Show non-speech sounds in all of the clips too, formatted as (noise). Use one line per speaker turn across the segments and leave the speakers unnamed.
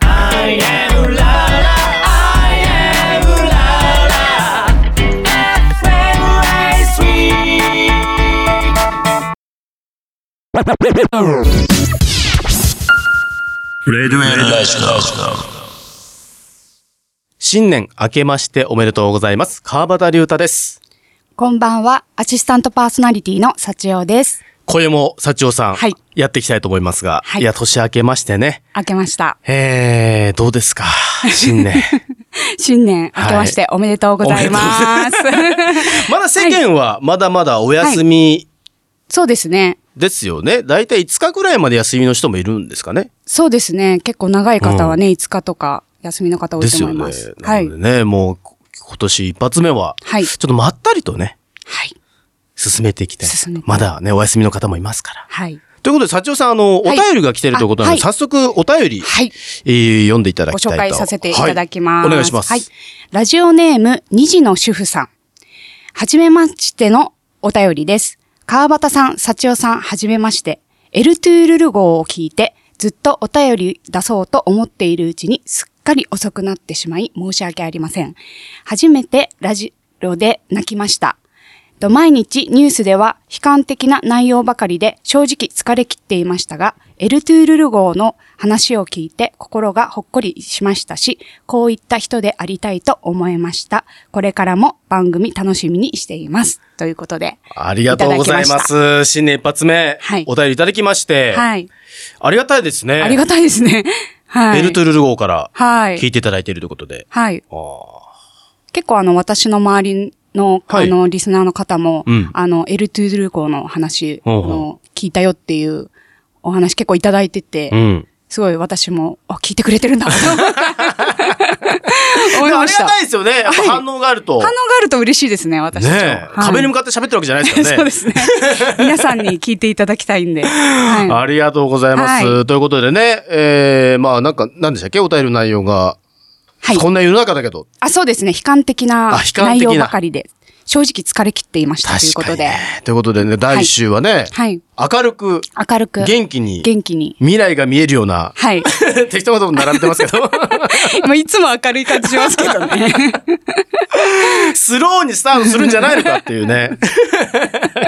I am la la I am la la FM Ice Week
レドウェル大好き
新年明けましておめでとうございます。川端龍太です。
こんばんは、アシスタントパーソナリティの幸代です。
今夜も幸男さん、
はい
やっていきたいと思いますが、
はい
い、や、年明けましてね。
明けました。
えー、どうです
(laughs)
か新年。
新年明けましておめでとうございます。
まだ世間はまだまだお休み
(laughs) そうですね。
ですよね。だいたい5日くらいまで休みの人もいるんですかね。
そうですね。結構長い方はね、5日とか休みの方多
で
いと
すよ
思い
ね。
ます。
な
はい。
のでね、もう今年一発目は、
はい
ちょっとまったりとね、
はい。
進めていきたい
進めて。
まだね、お休みの方もいますから。
はい。
ということで、社長さん、あの、お
はい
便りが来てるということなので、
あは
早速お便り、
はい
えー読んでいただ
ご
きたいと
紹介させていただきます。
はいお願いします。
はい。ラジオネーム、二児の主婦さん。はじめましてのお便りです。川端さん、幸代さん、はじめまして。エルトゥールル号を聞いて、ずっとお便り出そうと思っているうちに、すっかり遅くなってしまい、申し訳ありません。初めてラジオで泣きました。と毎日ニュースでは悲観的な内容ばかりで正直疲れ切っていましたが、エルトゥールル号の話を聞いて心がほっこりしましたし、こういった人でありたいと思いました。これからも番組楽しみにしています。ということで。
ありがとうござい
いた
ま
だき
す。新年一発目、
はい
お便りいただきまして、
はい。
ありがたいですね。
ありがたいですね。はい。
ベルトゥルル号から
はい
聞いていただいているということで。
はい。
あ
結構あの、私の周りの、
はい
あの、リスナーの方も、
うん
あの、エルトゥールル号の話
ほうほう
の聞いたよっていうお話結構いただいてて、
ーうん。
すごい私も、あ、聞いてくれてるんだ。
(laughs)
思い
でもあ
ま
り
した。
が
反
たいですよね。やっぱ反応があると。
応があると嬉しいですね、私
ね
たちも。
え、
はい
壁に向かって喋ってるわけじゃないですからね。
(laughs) そうですね。皆さんに聞いていただきたいんで。は
ありがとうございます。
は
ということでね、えー、まあなんか、なんでしたっけお便りの内容が、
い。は
こ
い。
んな世の中だけど。
あ、そうですね。悲観的な
あ悲観
内
的な
容ばかりで、正直疲れ切っていましたということで。
ね。ということでね、第1週はね、
はい。
明るく、
明るく、
元気に、
元気に。
未来が見えるような、
はい。
(laughs) 適当なこと並べてますけど、
(laughs) まあいつも明るい感じしますけど
(laughs)
ね。
スローにスタートするんじゃないのかっていうね。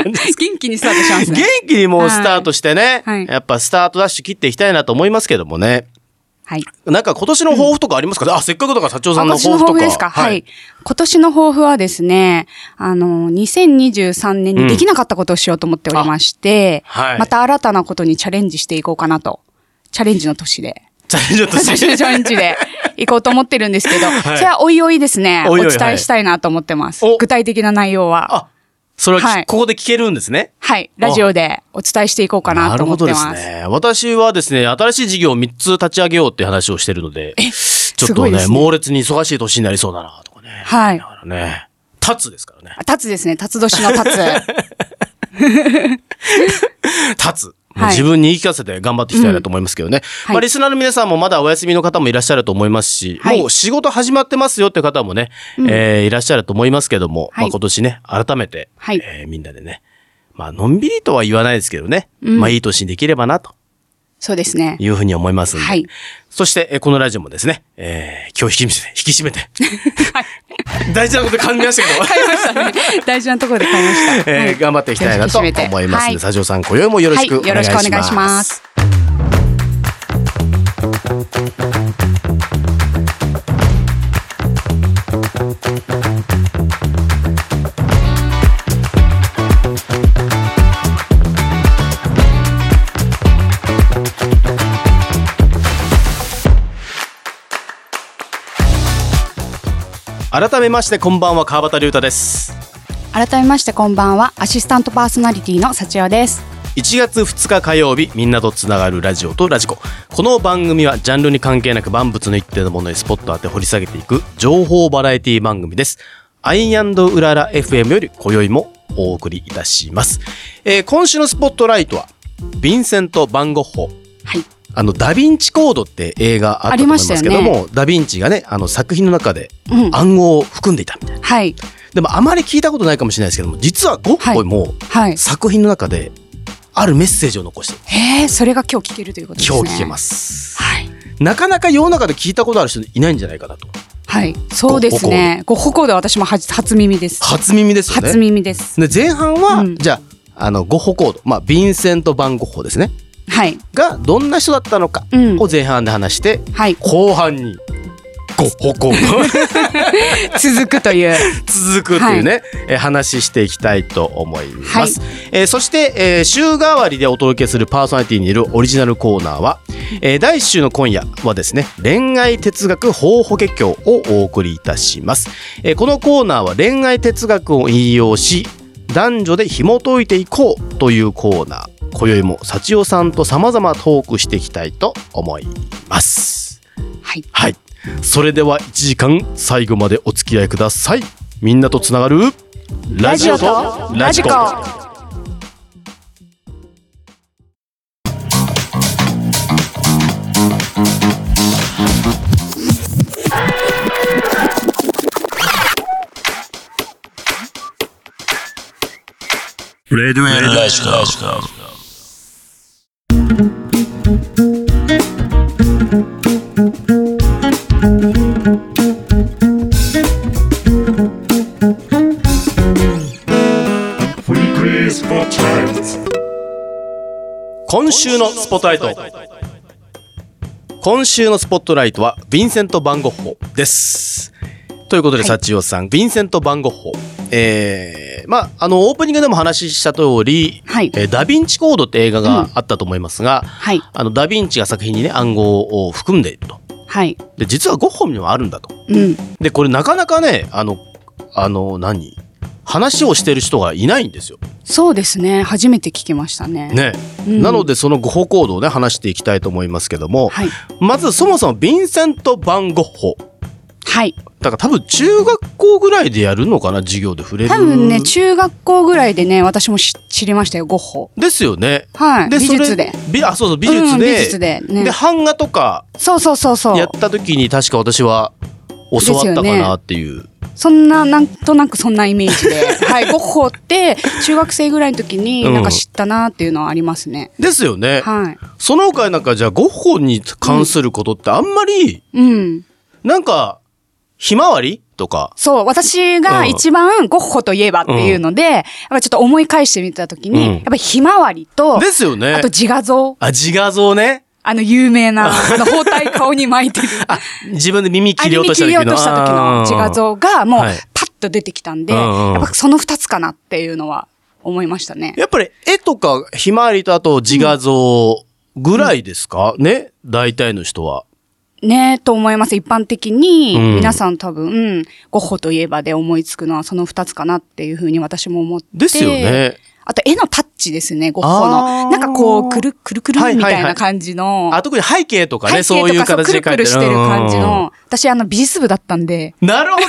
元気にスタートします
元
ね。
気にもうスタートしてね、
はい
やっぱスタートダッシュ切っていきたいなと思いますけどもね。
はい。
なんか今年の抱負とかありますか、あ、せっかくだから社長さんの
今年
抱
の
負と
抱
か。
負ですか、はい、今年の抱負はですね、あの、2023年にできなかったことをしようと思っておりまして、
あはい
また新たなことにチャレンジしていこうかなと。チャレンジの年で。
(laughs) チャレンジをと
私の
して。
(laughs) チャレンジで行こうと思ってるんですけど、
い
それはおいおいですね、
お
お
いおい
伝えしたいなと思ってます。
はいお
具体的な内容は。
あ、それはき、
はい
ここで聞けるんですね。
はい。ラジオでお伝えしていこうかなと思ってます。
なるほどですね。私はですね、新しい事業を3つ立ち上げようって話をしてるので、ちょっ
すご
と
いで
ね、
すね
猛烈に忙しい年になりそうだなとかね。
はい
だ。からね、立つですからね。
立つですね。立つ年の立つ。
(laughs) 立つ。
はい
自分に言い聞かせて頑張っていきたいなと思いますけどね。
はい
まあ、リスナーの皆さんもまだお休みの方もいらっしゃると思いますし、
はい
もう仕事始まってますよって方もね、えーいらっしゃると思いますけども、
はい
まあ、今年ね、改めて、
はい
えーみんなでね、まあ、のんびりとは言わないですけどね、まあ、いい年にできればな、と
そうですね。
いうふうに思いますんで。
はい。
そして、えーこのラジオもですね、えー、今日引き締めて、引き締めて。 (laughs) 大事なこと感じましたけど。
買いましたね。 (laughs) 大事なところで買いました。は
(laughs) え
い
ー頑張っていきたいなと思いますので、
はい
佐藤さん、今宵もよろしくお
はい、
願
よろ
いし
し
ます。
くお願いします。
改めまして、こんばんは、川端龍太です。
改めましてこんばんは、アシスタントパーソナリティの幸代です。
1月2日火曜日みんなとつながるラジオとラジコこの番組はジャンルに関係なく万物の一定のものにスポットを当て掘り下げていく情報バラエティ番組ですアイアンドウララ FM より今宵もお送りいたします、えー今週のスポットライトはヴィンセント・バンゴッホ
はい。
あのダ・ヴィンチコードって映画あったと思いますけど
ありました
も、ダ・ヴィンチがねあの作品の中で
うん。
暗号を含んでいたみたいな
はい。
でもあまり聞いたことないかもしれないですけども実はゴッホも
はい。
作品の中であるメッセージを残している
へえ、それが今日聞けるということですね。
今日聞けます
はい。
なかなか世の中で聞いたことある人いないんじゃないかなと。
はい、そうですね。ご歩で私も初初耳です。
初耳ですよね。
初耳です。
で前半は、
うん
じゃああのゴッホコード、まあ、ヴィンセント・バン・ゴッホですね
はい、
がどんな人だったのか
うん
を前半で話して、
はい、
後半にゴッホコード
続くと (laughs) いう。
続くっていうね、えー話していきたいと思います、えーそして、えー週替わりでお届けするパーソナリティにいるオリジナルコーナーは、えー第1週の今夜はですね恋愛哲学法法華経をお送りいたします、えーこのコーナーは恋愛哲学を引用し男女で紐解いていこうというコーナー今宵も幸代さんと様々トークしていきたいと思います
はい、
はい。それでは1時間最後までお付き合いください。みんなとつながるラジオとラジコ。
レデュエラジコ。
Free Quiz Spotlight.
今週のスポットライト。今週のスポットライトはヴィンセント・バンゴッホです。ということで、
はい
幸代さん、ヴィンセント・バンゴッホ。えー、まあ、あの、オープニングでも話した通り、
はい
えーダ・ヴィンチ・コードって映画があったと思いますが、
はい、
あの、ダ・ヴィンチが作品にね、暗号を含んでいると。
はい、
で、実はゴッホにもあるんだと。
うん、
で、これなかなかね、あの、あの、何話をしてる人がいないんですよ。
そうですね。初めて聞きましたね。
ね。
うん
なので、その誤歩行動をね、話していきたいと思いますけども、
はい、
まずそもそもヴィンセント・バン・ゴッホ。
はい、
だから多分中学校ぐらいでやるのかな、授業で触れる。
多分ね、中学校ぐらいでね、私もし知りましたよ。ゴッホ。
ですよね。
はい、
で
美術で。。
それびあ、そうそう、美術
うん
で。
美術でね
で、版画とか
そうそうそうそ
やっ
う。
た時に確か私は教わったかなっていう。
そんななんとなくそんなイメージで、 (laughs) はい、ゴッホって中学生ぐらいの時になんか知ったなっていうのはありますね。
ですよね。
はい、
その他なんかじゃあゴッホに関することってあんまり、
うん。
なんか、ひまわりとか。
そう、私が一番ゴッホといえばっていうので、やっぱちょっと思い返してみたときに、
うん
やっぱりひまわりと、
ですよね
あと。自画像、
あ、自画像ね。
あの有名な、あの包帯顔に巻い
(laughs)
てる。あ
自分で耳切り落
耳
とした
切
時
り
の。
落とした時の自画
あー。
像がもう
はい
パッと出てきたんで、
うんうん
やっぱその二つかなっていうのは思いましたね。
やっぱり絵とか、ひまわりとあと自画像ぐらいですか、ね大体の人は。
ねえと思います。一般的に
うん
皆さん多分、うんゴッホといえばで思いつくのはその二つかなっていうふうに私も思って。
ですよね。
あと絵のタッチですね、ゴッホ
あー
の。なんかこう、くるくるくる
はい
み
はいはい
たいな感じの。
あ、特に背景とかね、
背景と
そういう
か
形
く
で描い
る
て
くるしてる感じ。
うん
の。私、あの、美術部だったんで、
なる
(laughs)
ほど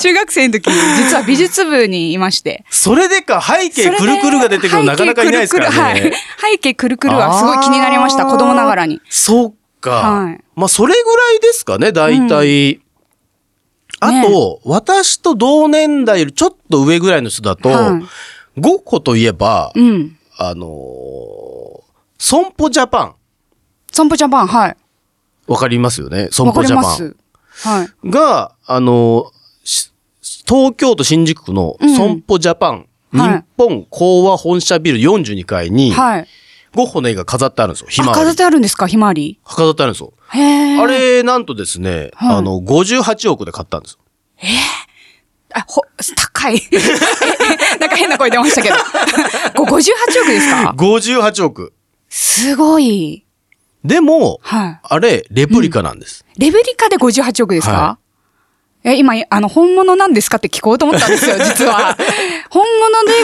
中学生の時、実は美術部にいまして。
それでか、背景くるくるが出てくるのなかなかいないですからね。
背景くるくるはい。背景くるくるはすごい気になりました、
あー
子供ながらに。
そっか。
はい
まあ、それぐらいですかね、大体。あと、私と同年代よりちょっと上ぐらいの人だと、
はい
ゴッホといえば、
うん。
あのー、ソンポジャパン。
ソンポジャパン、はい。
わかりますよねソン
わか
ポ
り
ジャ
ま
パン。
す。はい。
が、あのーし東京都新宿区の
うん
ソンポジャパン、
はい
日本講和本社ビル42階に、
はい。
ゴッホの絵が飾ってあるんですよ。ひ
あ、
まわ
飾
り
ってあるんですか、ひまわり。
飾ってあるんですよ。
へえ。
あれ、なんとですね、
はい
あの、58億で買ったんですよ。
あ、ほ、高い。なんか変な声出ましたけど。ご58億ですか
58億。
すごい。
でも、
は
あれ、レプリカなんです。
い。レベリカで58億ですか、え、今、あの、本物なんですかって聞こうと思った
(laughs)
んですよ、実は。本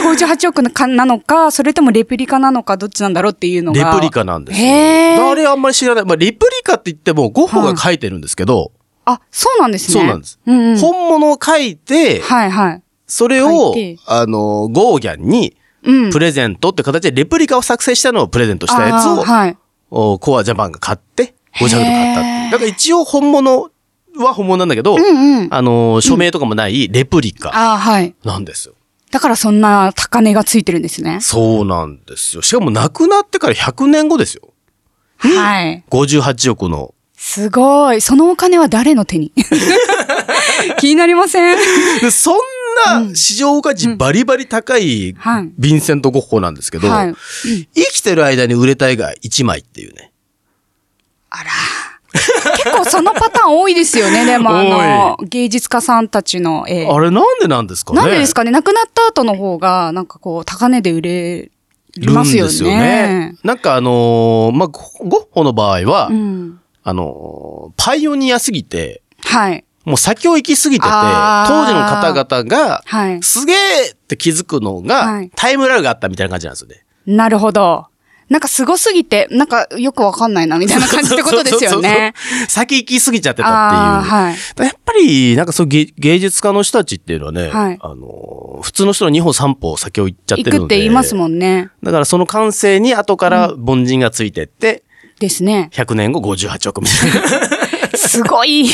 物で58億のかなのか、それともレプリカなのか、どっちなんだろうっていうの
レ
が。
プリカなんですよ。
へ
あ
え。
れあんまり知らない。まあ、レプリカって言っても、ゴッホが描いてるんですけど、
あ、そうなんですね。
そうなんです。
うん、うん。
本物を描いて、
はいはい。
それを
描いて、
あの、ゴーギャンに、
うん。
プレゼントって形でレプリカを作成したのをプレゼントしたやつ
あ
を
ー、はい。
おコアジャパンが買って、ゴジャフで買ったってい
へ
う。
ー
だから一応本物は本物なんだけど、
うんうん。あ
あの、署名とかもないレプリカ
あー、はい。
なんですよ。
だからそんな高値がついてるんですね。
そうなんですよ。しかも亡くなってから100年後ですよ。
はい。
58億の
すごい。そのお金は誰の手に (laughs) 気になりません
でそんな市場価値バリバリ高い
はい
ヴィンセント・ゴッホなんですけど、
はい
生きてる間に売れた絵が1枚っていうね。
あら。結構そのパターン多いです
(laughs)
よね、でもあの、芸術家さんたちの絵。
あれなんでなんですかね
なんでですかね、亡くなった後の方が、なんかこう、高値で売れ
るん
ま
ですす
よ
よ
ね。
ね。なんかあのーまあ、ゴッホの場合は、
うん。
あのーパイオニアすぎて、
はい。
もう先を行きすぎてて、
あー
当時の方々が、
はい。
すげえって気づくのが、
はい
タイムラグがあったみたいな感じなんですよね。
なるほど。なんかすごすぎて、なんかよくわかんないな、みたいな感じってことですよね。
(laughs) そうそうそう。先行きすぎちゃってたっていう。
ああ、はい。
やっぱり、なんかそう芸芸術家の人たちっていうのはね、
はい
あの、普通の人の2歩3歩先を行っちゃってるの
行
で。
くって言います
ん。
もんね。
だからその感性に後から凡人がついてって、
ですね。
100年後58億みた
(laughs)
い
すごい。 (laughs)
な。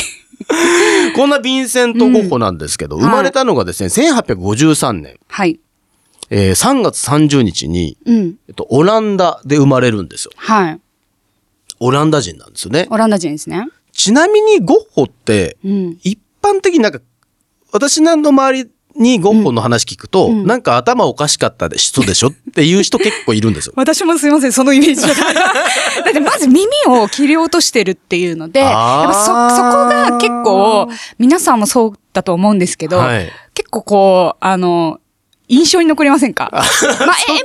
こんなヴィンセント・ゴッホなんですけど、
ん
生まれたのがですね、1853年、
はい。
えー3月30日に、
うん。
えっと、オランダで生まれるんですよ。
はい。
オランダ人なんですよね。
オランダ人ですね。
ちなみにゴッホって、
うん。
一般的になんか、私なんの周りにゴッホの話聞くと、
うん。
なんか頭おかしかったで人でしょっていう人結構いるんですよ
私もすいません、そのイメージだから。
(laughs)
だってまず耳を切り落としてるっていうので、やっ
あー
ぱそ、そこが結構、皆さんもそうだと思うんですけど、
はい
結構こう、あの、印象に残りませんかまあ、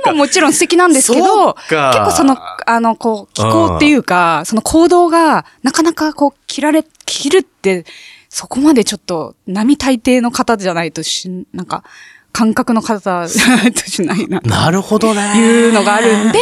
絵ももちろん素敵なんですけ
そ
ど、
う
結
か
構その、あの、こう、気候っていうか、その行動が、なかなかこう、切られ、切るって、そこまでちょっと、並大抵の方じゃないとし、なんか、感覚の方じゃないとしない (laughs) な。
なるほどね。
いうのがあるんで、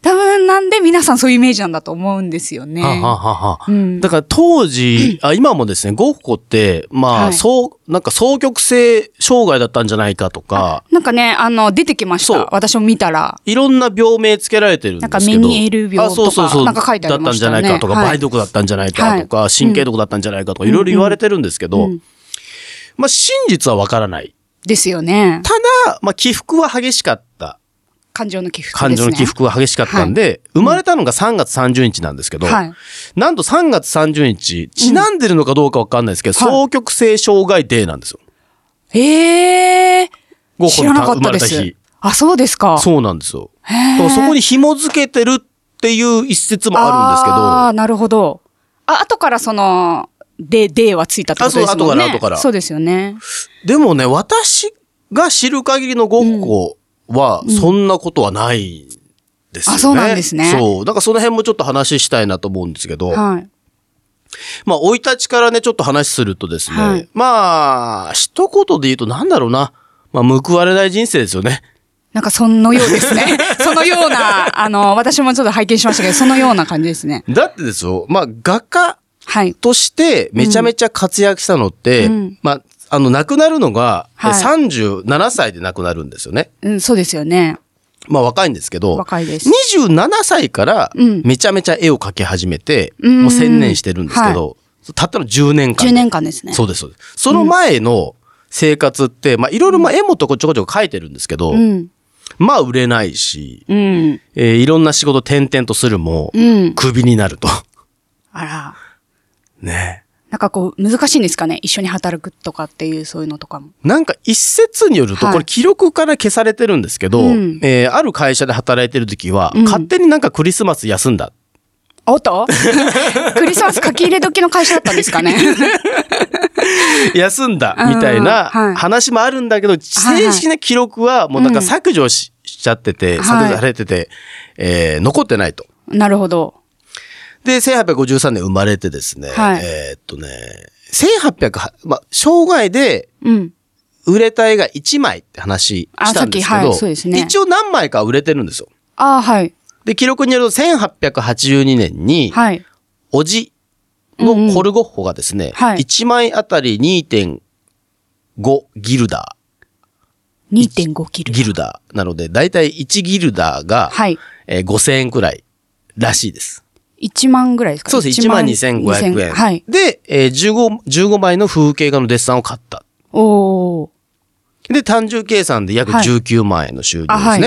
多分なんで皆さんそういうイメージなんだと思うんですよね。
はははは
うん
だから当時、あ、今もですね、ゴッホって、ま
は
あ、
い
そう、なんか双極性障害だったんじゃないかとか、
なんかね、あの、出てきまし
そう
た。私も見たら。
いろんな病名つけられてるんですけど。
なんかメニエール病とか
あそうそうそう
なんか書いてありましたね
だったんじゃないかとか、
はい
梅毒だったんじゃないかとか、神経毒だったんじゃないかとか、いろいろ言われてるんですけど、
うん
まあ真実はわからない。
ですよね。
ただ、まあ起伏は激しかった。
感情の起伏
感
ですね。
情の起伏は激しかったんで、生まれたのが3月30日なんですけど、
はい。
なんと3月30日、ちなんでるのかどうかわかんないですけど、
うんはい
双極性障害デーなんですよ。
ええ
ゴッ
ー。
ホ
知
の
らなかったで
生まれた
す
日。
あ、そうですか。う。
そうなんですよ。
へ
だ
ー
からそこに紐づけてるっていう一説も
あ
あ
あ、なるほど。あ、後からその、で、ではついたってことですもんね。
あそう後から後から
そうですよね。
るんですけど、でもね、私が知る限りのゴッホは、そんなことはないんですよね。
あそうなんですね
そう。だからその辺もちょっと話したいなと思うんですけど、
はい。
まあ、生い立ちからね、ちょっと話するとですね、
はい
まあ、一言で言うとなんだろうな。まあ、報われない人生ですよね。
なんかそのようです
(laughs)
ね。そのような、あの、私もちょっと拝見しましたけど、そのような感じですね。
だってですよ、まあ、画家
はい。
としてめちゃめちゃ活躍したのって、
うん
まあ、あの、亡くなるのが、え
はい
37歳で亡くなるんですよね。
うん、そうですよね。
まあ、若いんですけど、
若いです。
27歳から
うん
めちゃめちゃ絵を描き始めて、
うん
もう専念してるんですけど、たったの10年間で。
10年間ですね。
そうです、そうです。その前の生活って、まあ、いろいろまあ絵もとこちょこちょこ描いてるんですけど、
うん。
まあ売れないし、
うん。
えーいろんな仕事転々とするも、
うん。
クビになると。 (laughs)
あら。
ね
なんかこう、難しいんですかね一緒に働くとかっていう、そういうのとかも。
なんか一説によると、
はい
これ記録から消されてるんですけど、
うん
えーある会社で働いてる時は、
うん
勝手になんかクリスマス休んだ。
お
(laughs)
っとクリスマス書き入れ時の会社だったんですかね
(laughs) 休んだ、みたいな
うんはい
話もあるんだけど、
いは
正
い
式な記録はもうなんか削除し,、ちゃってて、
はい
削除されてて、えー残ってないと。
なるほど。
で、1853年生まれてですね、
はい
えーっとね、1800、まあ、生涯で、
うん。
売れた絵が1枚って話したんですけ
あさっきはい
ど、
そうですね
一応何枚かは売れてるんですよ。
ああ、はい。
で、記録によると1882年に、
はい。
おじ
うんう
の
ん
コルゴッホがですね、
はい
1枚あたり2.5ギルダ
2.5キ
ー、
ル。
ギルダーなので、だいたい1ギルダーが、
はい。
えー5000円くらいらしいです。
1万ぐらいですか
そうです、1万2500
2000
円。
はい。
で、えー15、15枚の風景画のデッサンを買った。
おー。
で、単純計算で約
はい
19万円の収入ですね。
あはい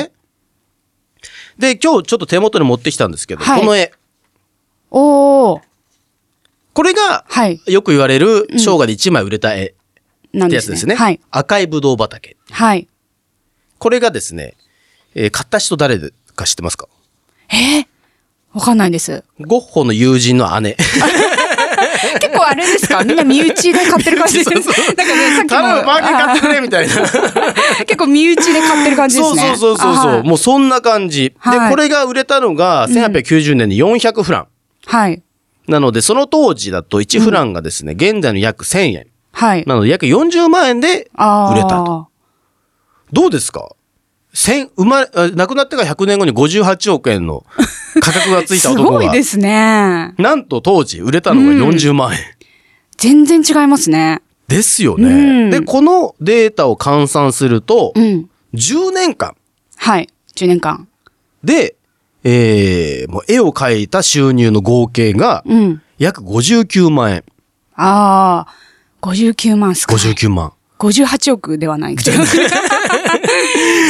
で、今日ちょっと手元に持ってきたんですけど、
はい
この絵、
おー。
これが、
はい。
よく言われる、生姜で1枚売れた絵っ
なん
て
で
や
す
つ
ね。
ですね。
はい。
赤いぶどう畑。
はい。
これがですね、えー買った人誰か知ってますか
わかんないです。
ゴッホの友人の姉。
結構あれですかみんな身内で買ってる感じで
(laughs)
す。なんかね、さっきも
頼む、バーゲン買ってくれみたいな。
あ (laughs) 結構身内で買ってる感じで
そ
す
うそ
ね。
うそうそうそう。
あはい
もうそんな感じ。
は
で、
い
これが売れたのが1890年に400フラン。
はい。
なので、その当時だと1フランがですね、現在の約1000円。
はい。
なので、約40万円で
あー
売れたと。どうですか千、生まれ、あ亡くなってから100年後に58億円の価格がついた
(laughs) す
男
ご
が。
いですね。
なんと当時売れたのが40万円。
全然違いますね。
ですよ
うん
ね。で、このデータを換算すると、
うん。
10年間
はい。10年間。
で、えー、もう絵を描いた収入の合計が、
うん。
約59万円。
ああ、59万すか。
59万。
58億ではない。 (laughs)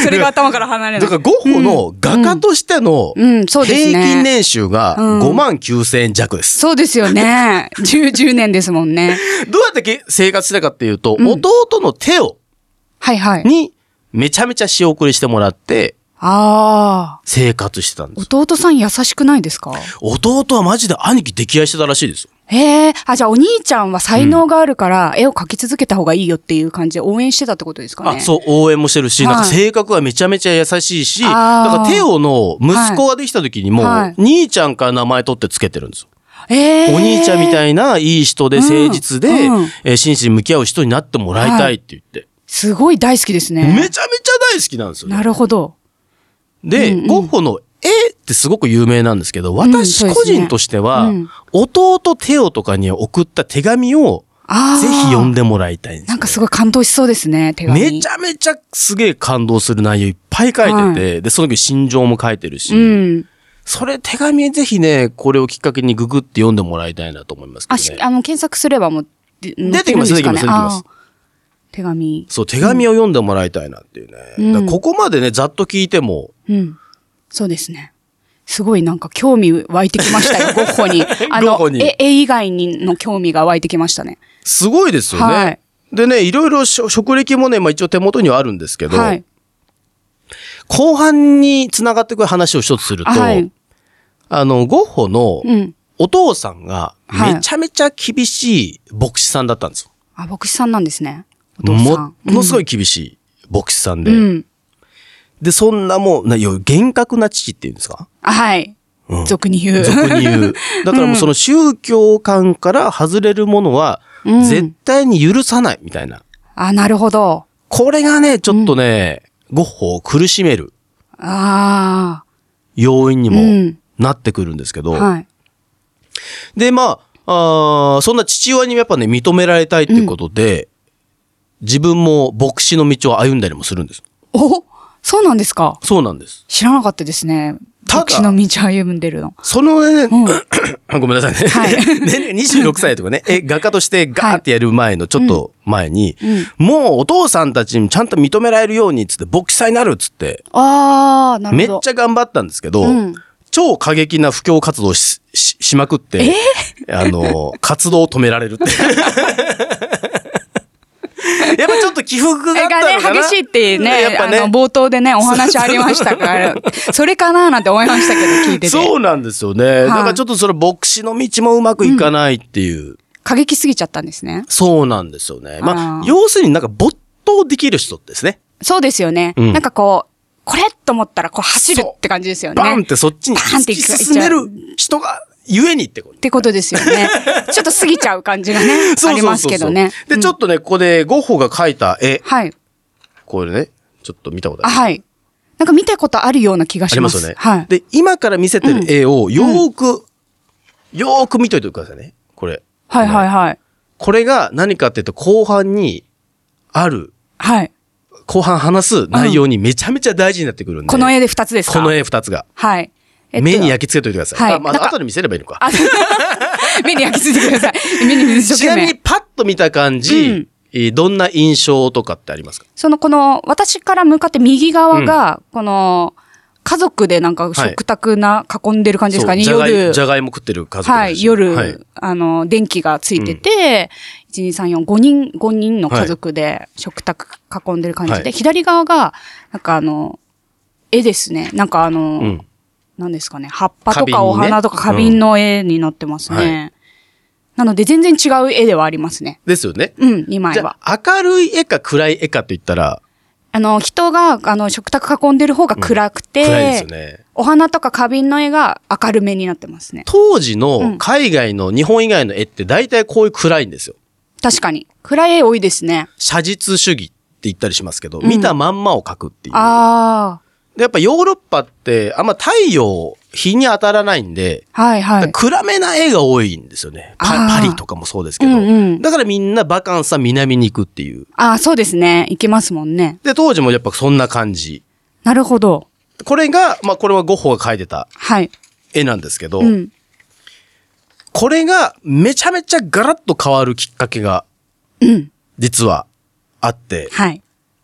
それが頭から離れ
だ
ない。
からゴッホの画家としての
うんうんうんそ
平
うですね
均年収が
うん
5万9千円弱です。
そうですよね。10、10年ですもんね。
どうやってけ生活してたかっていうと、
ん
弟のテオ
はいはい。
にめちゃめちゃ仕送りしてもらって
ああ。
生活してたんです。
弟さん優しくないですか
弟はマジで兄貴溺愛してたらしいですよ。
へえ。あ、じゃあお兄ちゃんは才能があるから、絵を描き続けた方がいいよっていう感じで応援してたってことですかね。
あ、そう、応援もしてるし、
はい
なんか性格はめちゃめちゃ優しいし、だ
あー
からテオの息子ができた時にもう
はい、
兄ちゃんから名前取ってつけてるんですよ。
ええ。
お兄ちゃんみたいないい人で
うん
誠実で、
うん
えー真摯に向き合う人になってもらいたいって言って、
すごい大好きですね。
めちゃめちゃ大好きなんですよね、
なるほど。
で、
うんうん
ゴッホの絵ってすごく有名なんですけど、私
うんそう
個
ですね
人としては、
うん
弟テオとかに送った手紙を
ああ。
ぜひ読んでもらいたいんです
な
よ
んかすごい感動しそうですね、手紙。
めちゃめちゃすげえ感動する内容いっぱい書いてて、
は
で、その時心情も書いてるし、
うん。
それ手紙ぜひね、これをきっかけにググって読んでもらいたいなと思いますけ
あ、
ど
し
ね。
あの、検索すればもう、で
出てきます
載る
出てき
んでかね
ます出てきます
あー手紙。
そう、手紙を読んでもらいたいなっていうね。
うん
だからここまでね、ざっと聞いても、
うん。そうですね。すごいなんか興味湧いてきました
(laughs)
よ、ゴッホに。あ
ゴッホ
の、
に
絵絵以外にの興味が湧いてきましたね。
すごいですよね。
はい
でね、いろいろしょ職歴もね、まあ一応手元にはあるんですけど、
はい。
後半に繋がってくる話を一つすると、
あはい。
あの、ゴッホの
うん。
お父さんが
はい
めちゃめちゃ厳しい牧師さんだったんですよ。
あ、牧師さんなんですね。お父さ
も
ん。
ものすごい厳しい牧師さんで、
うん。
で、そんなもう、なよ厳格な父っていうんです
(laughs)
か
あはい。
うん
俗に言う。
俗に言う。だからもうその宗教観から外れるものは、
うん
絶対に許さないみたいな。
(laughs) あ、なるほど。
これがね、ちょっとね、ゴッホを苦しめる
あ
要因に
う
も
ん
なってくるんですけ
あ。
ど、
はい。
で、まあ、あーそんな父親にやっぱね、認められたいっていうことで、自分も牧師の道を歩んだりもするんです。
おそうなんですか
そうなんです。
知らなかったですね。
ただ
牧師の道歩んでるの。
そのね、
うん
(coughs) ごめんなさい (laughs) ね。
はい
年齢26歳とかね、え、画家としてガーってやる前のちょっと前に、もうお父さんたちにちゃんと認められるようにっつって、牧師さんになるっつって、
ああ、なる
め
ほ
っ
ど。
ちゃ頑張ったんですけど、
うん
超過激な布教活動をしししまくって、あの、活動を止められるっ
(laughs)
て。やっぱちょっと起伏があっ
え
たの
がね、
かな
激しいってね、
やっぱね
あの、冒頭でね、お話ありましたから、
(laughs)
それかななんて思いましたけど、聞いてて。
そうなんですよね。
い
だからちょっとその牧師の道もうまくいかないっていう。
過激すぎちゃったんですね。
そうなんですよね。まあ
あ、ー
要するになんか没頭できる人ですね。
そうですよね。
うん
なんかこう、これと思ったら、こう走る
そう
って感じですよね。
バンってそっちに
バーンって
突
い
き
く
進める人が、ゆえにってこと
っ。てことですよ
(laughs)
ね。ちょっと過ぎちゃう感じがね、
そうそうそうそう
ありますけどね。
で、ちょっとね、ここでゴッホが描いた絵、
はい。
これね、ちょっと見たことあ
あ、
る。
はい。なんか見たことあるような気が
あ
し
りま
ますす。
よね。
はい。
で、今から見せてる絵をよーく、よーく見といてくださいね。これ。
はいはいはい。
これが何かって言うと、後半にある、
はい。
後半話す内容にめちゃめちゃ大事になってくるんで。
この絵で二つですか
この。絵二つが。
はい。えっと
目に焼き付けといてください。
はい
あま
なん
あ、
か
後で見せればいいのか。
あ、 (laughs) 目に焼き付いてください。目に水
ち
一生
な
懸
みに
命。
パッと見た感じ、
うん
えーどんな印象とかってありますか
その、この、私から向かって右側が、この、家族でなんか食卓な、囲んでる感じですかね、
そうじゃがい
夜。
じゃがいも食ってる家族
は
だ
い、
し
夜、
はい
あの、電気がついてて、1,2,3,4,5人、5人の家族で食卓囲んでる感じで、
はい
左側が、なんかあの、絵ですね。なんかあの、
うん。
なんですかね、葉っぱと
花瓶
か
にね
お花とか花瓶の絵になってますね。
うん
なので全然違う絵ではありますね。
ですよね。
うん、2枚
じ
は
ゃ。あ、明るい絵か暗い絵かと言ったら、
あの、人が、あの、食卓囲んでる方が暗くて、
暗いですよね。
お花とか花瓶の絵が明るめになってますね。
当時の海外の日本以外の絵って大体こういう暗いんですよ。
確かに。暗い絵多いですね。
写実主義って言ったりしますけど、
うん
見たまんまを描くっていう。
あ
で、やっぱヨーロッパってあんま太陽、日に当たらないんで、
あ、はいはい。
暗めな絵が多いんですよね。パ
あー
パリとかもそうですけど、
うんうん
だからみんなバカンスは南に行くっていう。
ああ、そうですね。行けますもんね。
で、当時もやっぱそんな感じ。
なるほど。
これが、まあこれはゴッホが描いてた
はい。
絵なんですけど、
うん。
これがめちゃめちゃガラッと変わるきっかけが、
うん。
実はあって、
はい。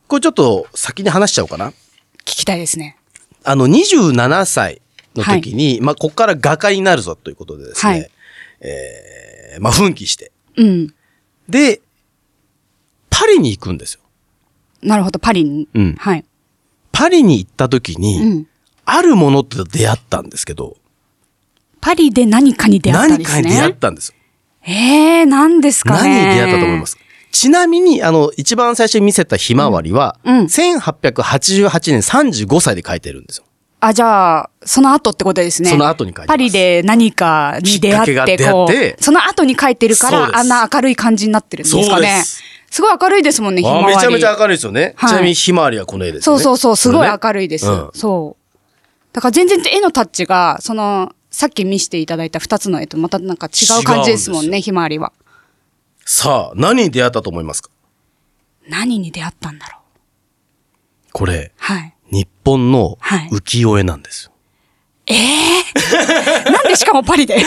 これちょっと先に話しちゃおうかな。
聞きたいですね。
あの、27歳の時に、まあ、ここから画家になるぞということでですね、
はい
えーまあ、奮起して。
うん。
で、パリに行くんですよ。
なるほど。パリに。
うん
はい。
パリに行った時に、
うん。
あるものって出会ったんですけど、
パリで何かに出会ったん
何
で
か
す
に出会っ
ね。
たんですよ。
ええー、何ですか
何に
ね。
出会ったと思いますちなみに、あの、一番最初に見せたひまわりは、
うんうん
1888年35歳で描いてるんですよ。
あ、じゃあ、その後ってことですね。
その後に描いてます
パリで何かに出
きっ
会っ
かけ
て、
が出会
こ
って
う、その後に書いてるか
そうで
ら、
す
あんな明るい感じになってるんです
そ
か
うで
ね。
す
すごい明るいですもんね、ひま
あ
わり。
めちゃめちゃ明るいですよね。
はい
ちなみにひまわりはこの絵です
そ
よ
う
ね。
そうそう、すごい明
い。
るいです。
うん
そう。だから全然絵のタッチが、その、さっき見せていただいた二つの絵とまたなんか違う感じですも
違うんです
んね、ひまわりは。
さあ、何に出会ったと思いますか
何に出会ったんだろう。
これ、
はい。
日本の
はい
浮世絵なんですよ。
なんでしかもパリで。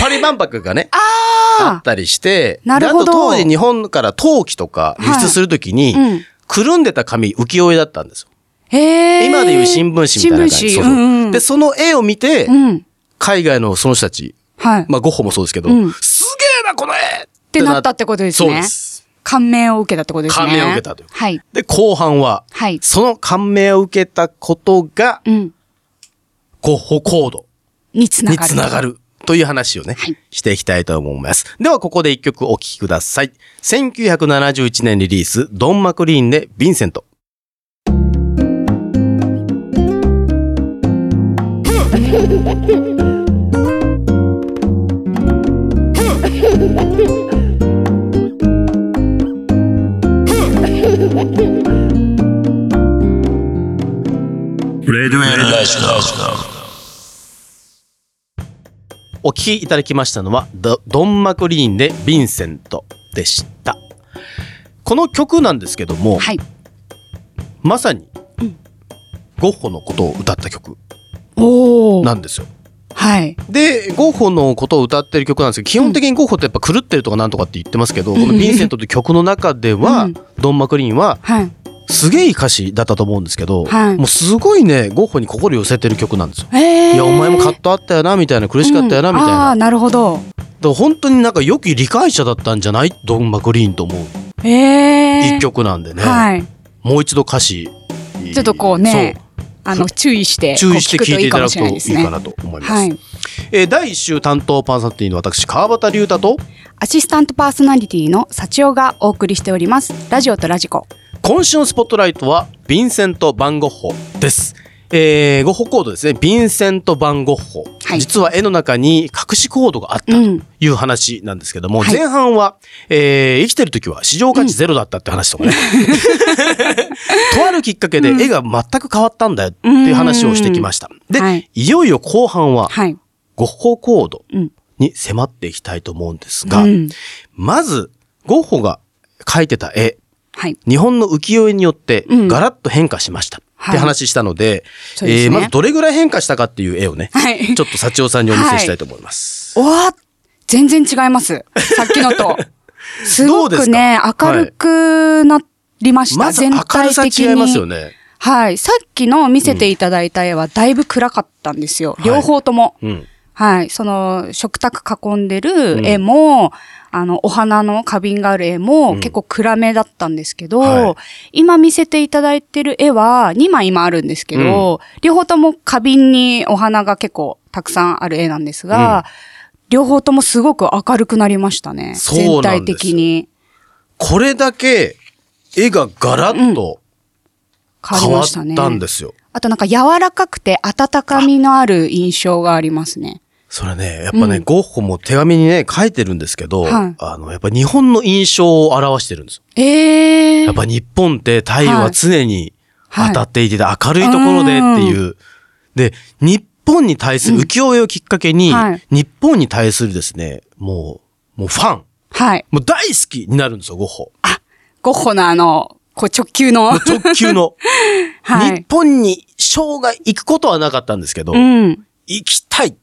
パリ万博がね、 (laughs) あったりして、
なるほど
であと当時日本から陶器とか輸出するときに、
はいうん
くるんでた紙浮世絵だったんですよ。
へー
今でいう新聞紙みたいな感じ。
新
そうそ
聞
う
紙。うんうん
で、その絵を見て、
うん。
海外のその人たち、
はい。
まあゴッホもそうですけど、
うん
すげえな、この絵っ
ってなったってことです
そう
ね。
です。
感銘を受けたってことですね。
感銘を受けたという
はい。
で、後半は、
はい。
その感銘を受けたことが、
うん。
ゴッホコード。
につな
に
がる。
つなが。るという話をね、
はい
していきたいと思います。ではここで一曲お聴きください。1971年リリース、ドン・マクリーンでヴィンセント。
Red Red Lascar.
お聴きいただきましたのは、ドドン・マクリーンでヴィンセントでした。この曲なんですけども、
はい。
まさに、ゴッホのことを歌った曲
おー。
なんですよ。
はい。
で、ゴッホのことを歌ってる曲なんですけど、基本的にゴッホってやっぱ狂ってるとかなんとかって言ってますけど、
ん
このヴィンセントって曲の中では、
うん
ドン・マクリーンは、
はい。
すげえいい歌詞だったと思うんですけど、
はい
もうすごいね、ゴッホに心寄せてる曲なんですよ。
えー。
いや、お前もカットあったよな、みたいな、苦しかったよな、みたい
ああ
な。
ー、
だか
なるほど。
ら本当になんか良き理解者だったんじゃないドン・マクリーンと思う
ええー。
一曲なんでね。
はい。
もう一度歌詞。
ちょっとこうね、あの、注意して、
そう注意して
こう
聴いていただくと
聞
いい
ですね
かなと思います。
はい。
えー第1週担当パンサーティーの私、川端龍太と、
アシスタントパーソナリティの幸男がお送りしております。ラジオとラジコ。
今週のスポットライトは、ヴィンセント・バン・ゴッホです。えー、ゴッホコードですね。ヴィンセント・バン・ゴッホ。
はい
実は絵の中に隠しコードがあったと
うん
いう話なんですけども、
はい
前半は、えー、生きてる時は市場価値ゼロだったって話とかね。 (laughs) とあるきっかけで絵が全く変わったんだよっていう話をしてきました。で、
はいい、
よいよ後半は、
はい。
ゴッホコード
うん
に迫っていきたいと思うんですが、
うん
まず、ゴッホが描いてた絵、
はい。
日本の浮世絵によって
うん
ガラッと変化しました。
はい
って話したので、
そうですね
えーまずどれぐらい変化したかっていう絵をね、
はい
ちょっと幸男さんにお見せしたいと思います。
おわ全然違います。さっきのと。す
(laughs)
ご
どうで
く
す
ね、
か
明るくなりました。
まず
全
明る
体
さ
的に。
違いますよね。
はい。さっきの見せていただいた絵はだいぶ暗かったんですよ。
はい
両方とも。
うん。
はい。その、食卓囲んでる絵も、あの、お花の花瓶がある絵も、
うん
結構暗めだったんですけど、
は
今見せていただいてる絵は2枚今あるんですけど、両方とも花瓶にお花が結構たくさんある絵なんですが、両方ともすごく明るくなりましたね。
そうなん
全体
ですよ
的に
これだけ、絵がガラッと
変
変
わり
わ
ま
っ
したね。
たんですよ。
あとなんか柔らかくて温かみのある印象がありますね。
それね、やっぱね、
うん
ゴッホも手紙にね、書いてるんですけど、
はい
あの、やっぱ日本の印象を表してるんですよ。
ええ
やっぱ日本って太陽は常に
はい
当たっていて明るいところでっていう。で、日本に対する浮世絵をきっかけに、
うんはい
日本に対するですね、もう、もうファン、
はい。
もう大好きになるんですよ、ゴッホ。
ゴッホのあの、こう直球
(laughs)
の。
直球の。
(laughs) は
日
い。
本に生涯行くことはなかったんですけど、
うん。
行きたい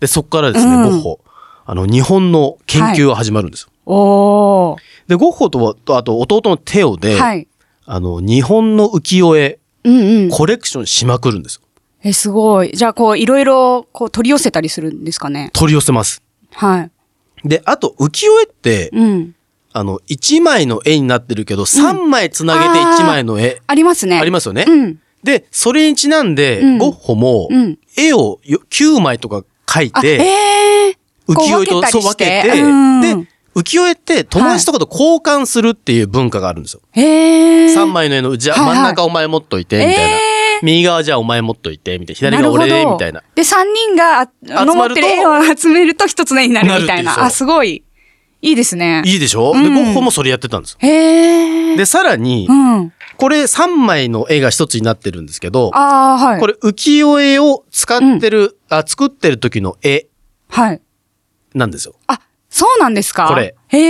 で、そこからですね、
うん
ゴッホ。あの、日本の研究が始まるんですよ。
おー。
で、ゴッホとは、とあと弟のテオで、
はい。
あの、日本の浮世絵、
うんうん。
コレクションしまくるんですよ。
え、すごい。じゃあ、こう、いろいろ、こう、取り寄せたりするんですかね。
取り寄せます。
はい。
で、あと、浮世絵って、
うん。
あの、1枚の絵になってるけど、3枚つなげて1枚の絵、
ありますね。
あり
ま
ますよね。
うん。
で、それにちなんで、
うん
ゴッホも
うん、
絵をよ9枚とか描い
あ、
て、
ええー。
浮世絵と
こ
そうう分
分
け、
けたりしてうん
で、浮世絵って友達とかと交換するっていう文化があるんですよ。
ええー。
3枚の絵のうち、じゃあ
はいはい
真ん中お前持っといて、みたいな。
え
右側じゃあお前持っといて、みたいな。左
なる
が
ほど
俺で、みたいな。。
で、三人が、ああの
集ま
持っ
る
て
と
る絵を集めると一つの絵になるみたい
なるっていう
な。
そう
あ、すごい。いいですね。
いいでしょ、
う
で、
ん
ゴッホもそれやってたんですよ。
へえ。
で、さらに
う、ん。
これ3枚の絵が1つになってるんですけど、
ああー、はい。
これ浮世絵を使ってる、あ、作ってる時の絵
はい。
なんですよ。
あ、そうなんですか
これ。
へ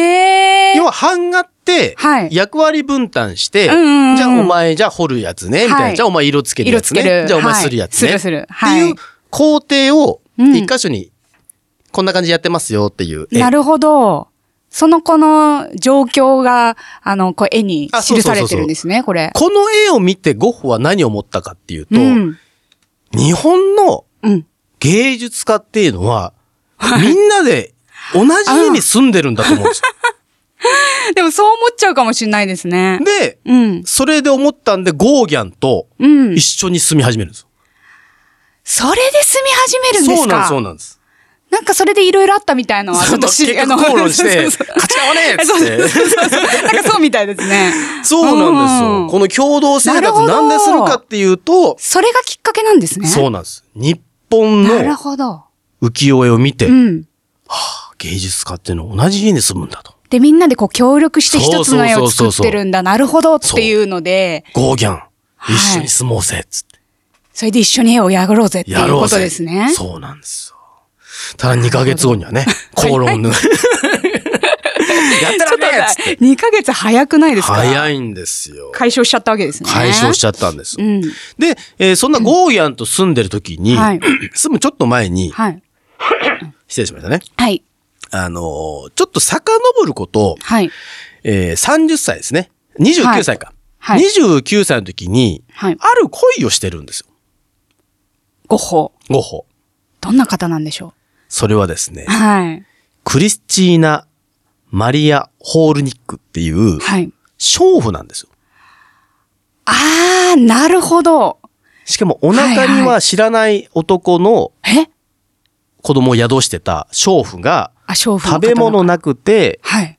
え。
要は版画って
はい、
役割分担して、
うんうんうん
じゃあお前じゃあ彫るやつね、みたいな。
はい
じゃあお前色つけるやつ
色つけ
ね。
る
じゃあお前するやつね。
はいするす
っ
る
て
はい
いう工程を、
うん
一箇所に、こんな感じでやってますよっていう絵。
なるほど。その子の状況が、あの、こう絵に
あそう
記
そうそうそう
されてるんですね、これ。
この絵を見てゴッホは何を思ったかっていうと、
うん。
日本の
うん。
芸術家っていうのは、みんなで同じ家に住んでるんだと思うんですよ。
でもそう思っちゃうかもしれないですね。
で、
うん。
それで思ったんで、ゴーギャンと
うん
一。緒に住み始めるんですよ。
それで住み始めるんで
そう
す
なんで
か
す、そうなんです。
なんかそれでいろいろあったみたいのは、ちょっと知
結
り、あ
局
の、
口論して、
(laughs) そうそうそう
勝ち合わねえっ
そうそ
つっ
う
て。
なんかそうみたいですね。
そうなんです
う
よ。
ん
この共同生
なる
活
ほど
なんでするかっていうと、
それがきっかけなんですね。
そうなんです。日本
なる
の
ほど。
浮世絵を見て
う、ん。
芸術家っていうのは同じ家に住むんだと。
で、みんなでこう協力して
そう
一つの絵を作ってるんだ。なるほどっていうので、
ゴーギャン、
はい
一緒に住もうぜ、つって。
それで一緒に絵をやろうぜってい
や
う
ろう
こと
ぜ。
ですね。
そうなんですよ。ただ2ヶ月後にはね、口論 (laughs) ぬ。やったらねえっつって。
2ヶ月早くないですか
早いんですよ。
解消しちゃったわけですね。
解消し
ゃ
ちゃったんです
う。ん。
で、えーそんなゴーギャンと住んでる時に、
はい
(clears throat) 住むちょっと前に、
はい。
失礼しましたね。
はい。
あのーちょっと遡ること、
はい。
えー30歳ですね。29歳か。
はいはい
29歳の時に、
はい。
ある恋をしてるんですよ。
ゴッホ。
ゴッホ。
どんな方なんでしょ
それはですね
う。、はい。
クリスチーナ・マリア・ホールニックっていう、
はい。
娼婦なんですよ。
あー、なるほど。
しかもお腹には知らない男の
え
子供を宿してた娼婦が、
あ、娼婦の
食
方
べ物
の。
なくて、
はい。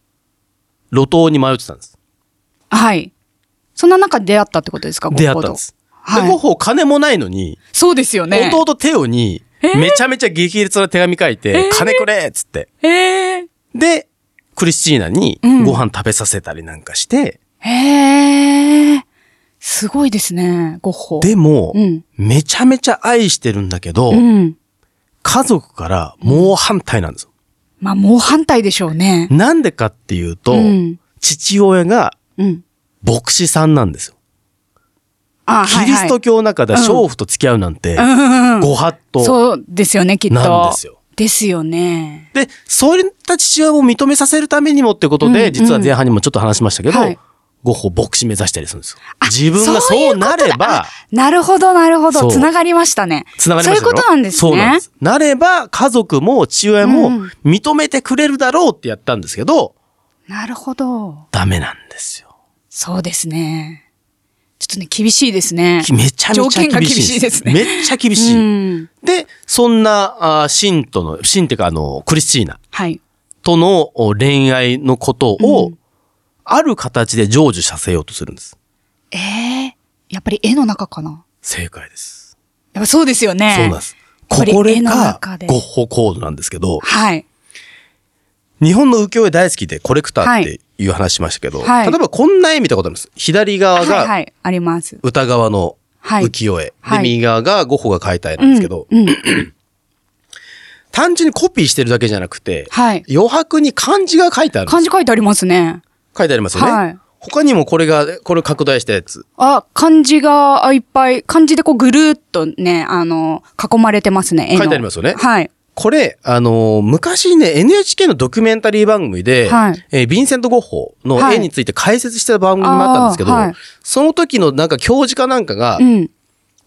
路頭に迷ってたんです。
はい。そんな中で出会ったってことですか
出会ったんで。す。
ゴッホと
で、ゴッ
はい。
ホ金もないのに、
そうですよね。
弟テオに、めちゃめちゃ激烈な手紙書いて、金くれっつって。
えー。
で、クリスチーナに
うん
ご飯食べさせたりなんかして、
へえ。すごいですね、ゴッホ。
でも
う、ん。
めちゃめちゃ愛してるんだけど、
うん。
家族から猛反対なんですよ。
まあ、もう反対でしょうね。
なんでかっていうと、
うん。
父親が
うん。
牧師さんなんですよ。
あ、
キリスト教の中では娼婦と付き合うなんて、
はいはい、うんうんうん
ご法度。
そうですよね、きっと。
なんですよ。
ですよね。
で、そういった父親を認めさせるためにもってことで、
うん
実は前半にもちょっと話しましたけど、
はい
ゴッホ牧師目指したりするんですよ
あ。
自分が
そうい
そううなれば、
なるほど、なるほ
そ
ど。
う
つながりましたね。
つながりました
そういうことなんですね。
そうなんです。なれば、家族も父親も
うん
認めてくれるだろうってやったんですけど、
なるほど。
ダメなんですよ。
そうですね。ちょっとね、厳しいですね。
めちゃめちゃ
(laughs) 条件が
厳し
厳
い
しいですね。
めっちゃ厳しい。
うん。
で、そんな、あーシンとの、シンっていうか、あの、クリスチーナ
はい。
とのお恋愛のことを、
うん
ある形で成就させようとするんです。
ええやっぱり絵の中かな。
正解です。
やっぱそうですよね。
そうなんです。
やっぱり
これ
絵の
が
中、で
ゴッホコードなんですけど、
はい。
日本の浮世絵大好きでコレクタ
は
ー
い
っていう話しましたけど、
はい
例えばこんな絵見たことあるんです。左側
はいは
が
い。あります。
歌川の
はい
浮世絵。
はい
で、右側がゴッホが描いた絵なんですけど、
うん。うん
単純にコピーしてるだけじゃなくて、
はい。
余白に漢字が書いてあるんです。
漢字書いてありますね。
書いてありますよね。
はい
他にもこれが、これ拡大したやつ。
あ、漢字があいっぱい、漢字でこうぐるーっとね、あの、囲まれてますね、絵の
書いてありますよね
はい。
これ、あのー昔ね、NHK のドキュメンタリー番組で、
はい
えーヴィンセント・ゴッホの
はい
絵について解説した番組もあったんですけど、
あーはい
その時のなんか教授かなんかが、
うん。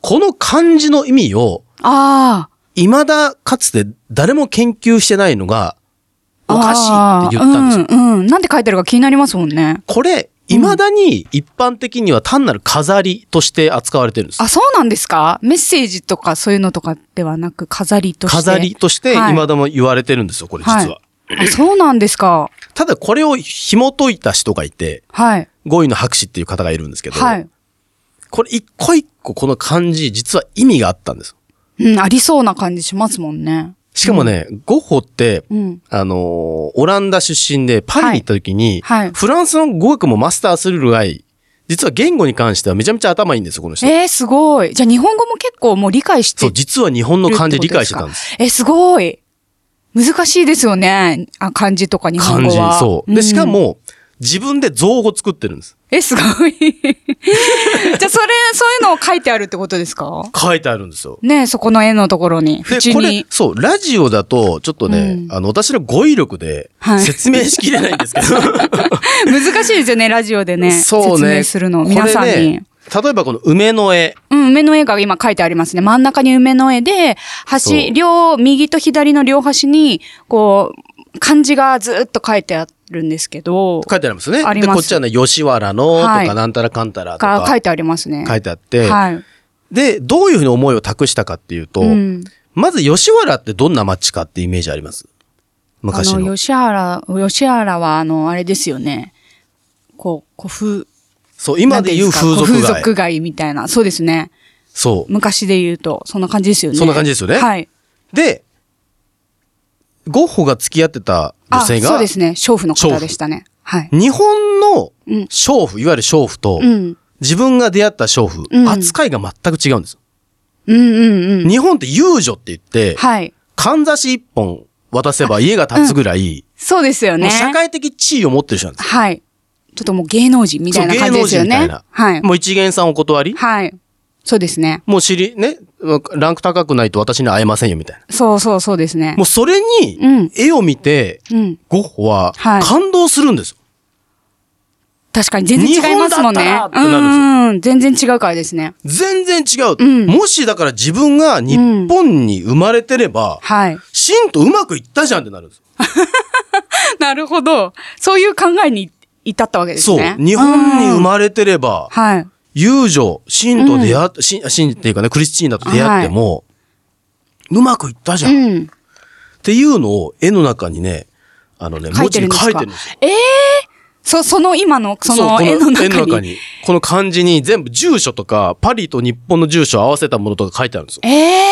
この漢字の意味を、
ああ。
未だかつて誰も研究してないのが、おかしいって言ったんですよ。
あーうん、うん。なんて書いてあるか気になりますもんね。
これ、未だに一般的には単なる飾りとして扱われてるんです。
あ、そうなんですかメッセージとかそういうのとかではなく、飾りとして。
飾りとして
はい
未だも言われてるんですよ、これ実は。
い。あ、そうなんですか。
ただこれを紐解いた人がいて、
はい。
5位の博士っていう方がいるんですけど、
はい。
これ一個一個この漢字、実は意味があったんです。
うん、ありそうな感じしますもんね。
しかもね、ゴッホって、
うん。
あのーオランダ出身でパリに行った時に、
はいはい
フランスの語学もマスターするぐらい、実は言語に関してはめちゃめちゃ頭いいんですよ、この人。
えー、すごい。じゃあ日本語も結構もう理解して
そう、
るって
実は日本の
こと
漢字理
ですか
解してたんです。。
え、すごい。難しいですよね。あ漢字とか日本
漢
語
字
は。、
そう。
う
で、
ん
しか。も、自分で造語作ってるんです。
え、すごい。 (laughs) じゃあそれ、そういうのを書いてあるってことですか
書いてあるんですよ。
ねそこの絵のところに。
で、
縁
これ
に、。
そう、ラジオだと、ちょっとね、
うん
あの、私の語彙力で
はい、
説明しきれないんですけ
(laughs)
ど、
難しいですよね、ラジオでね。
そうね。
説明するの、
これね
皆さんに。
例えばこの梅の絵、
うん、梅の絵が今書いてありますね。真ん中に梅の絵で、
そう
端、両、右と左の両端に、こう、漢字がずっと書いてあるんですけど、
書いてありますよね。
あります
で、こっちはね、吉原の、と
は
か、
い
なんたらかんたらと
が書
か
い、てありますね。
書いてあって、
はい。
で、どういうふうに思いを託したかっていうと、
うん
まず吉原ってどんな町かってイメージあります昔
あ
の。
の、吉原、吉原は、あの、あれですよね。こう、古風。
そう、今で言う
なんてい
風
んすか
俗
こ
街。
う風俗街みたいな。そうですね。
そう。
昔で言うと、そんな感じですよね。
そんな感じですよね
はい。
で、ゴッホが付き合ってた女性
あ、そう
が、
ですね。娼婦の
娼
方
婦
でしたね。はい。
日本の
うん
娼婦、いわゆる娼婦と、
うん。
自分が出会った娼婦、
うん
扱いが全く違うんですよ。
うんうんうん。
日本って遊女って言って、
はい。
かんざし一本渡せば家が建つぐらい、
そうですよ
も
(laughs) ね。
う社会的地位を持ってる人なんですよ。
はい。ちょっともう芸能人みたいな感じですよ
そう芸能
ね
人み。
はい。
もう一元さんお断り
はい。そうですね。
もう知り、ね、ランク高くないと私には会えませんよみたいな。
そうそうそうですね
も。うそれ
う
に
ん、
絵を見て、
うん。
ゴッホは
はい
感動するんですよ。
確かに全然違いますもん
日
ね
本だっ。た
う
らってなるんですよ
んうん。全然違うからですね。
全然違う。
うん
もしだから自分が日本に生まれてれば、
はい。
シンとうまくいったじゃんってなるんですよ。
(laughs) なるほど。そういう考えに至ったわけです
そう。
ね。
日本に生
うん
まれてれば、
はい。
遊女、シンと出会っ、シン、シンっていうかね、クリスチーナと出会っても、うまくいったじゃん。
うん。
っていうのを絵の中にね、あのね、
書
文
い
字
てるん
に
です
書い
か
てるんですよ。
ええそ、その今の、そ
そう
の
こ
絵の中
絵の中
に。
に。この漢字に全部住所とか、パリと日本の住所を合わせたものとか書いてあるんですよ。
ええ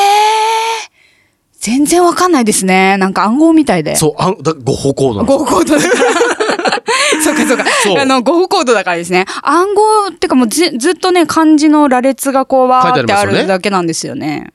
全然わかんないですね。なんか暗号みたいで。
そう、あんだゴッホコードなんです
ゴ
よ
ーコードだから。そうかそうか。
そう
(laughs) あの、ゴーコードだからですね。暗号ってかもうずずっとね、漢字の羅列がこう、わーってあ
書いてありますよね
るだけなんですよね。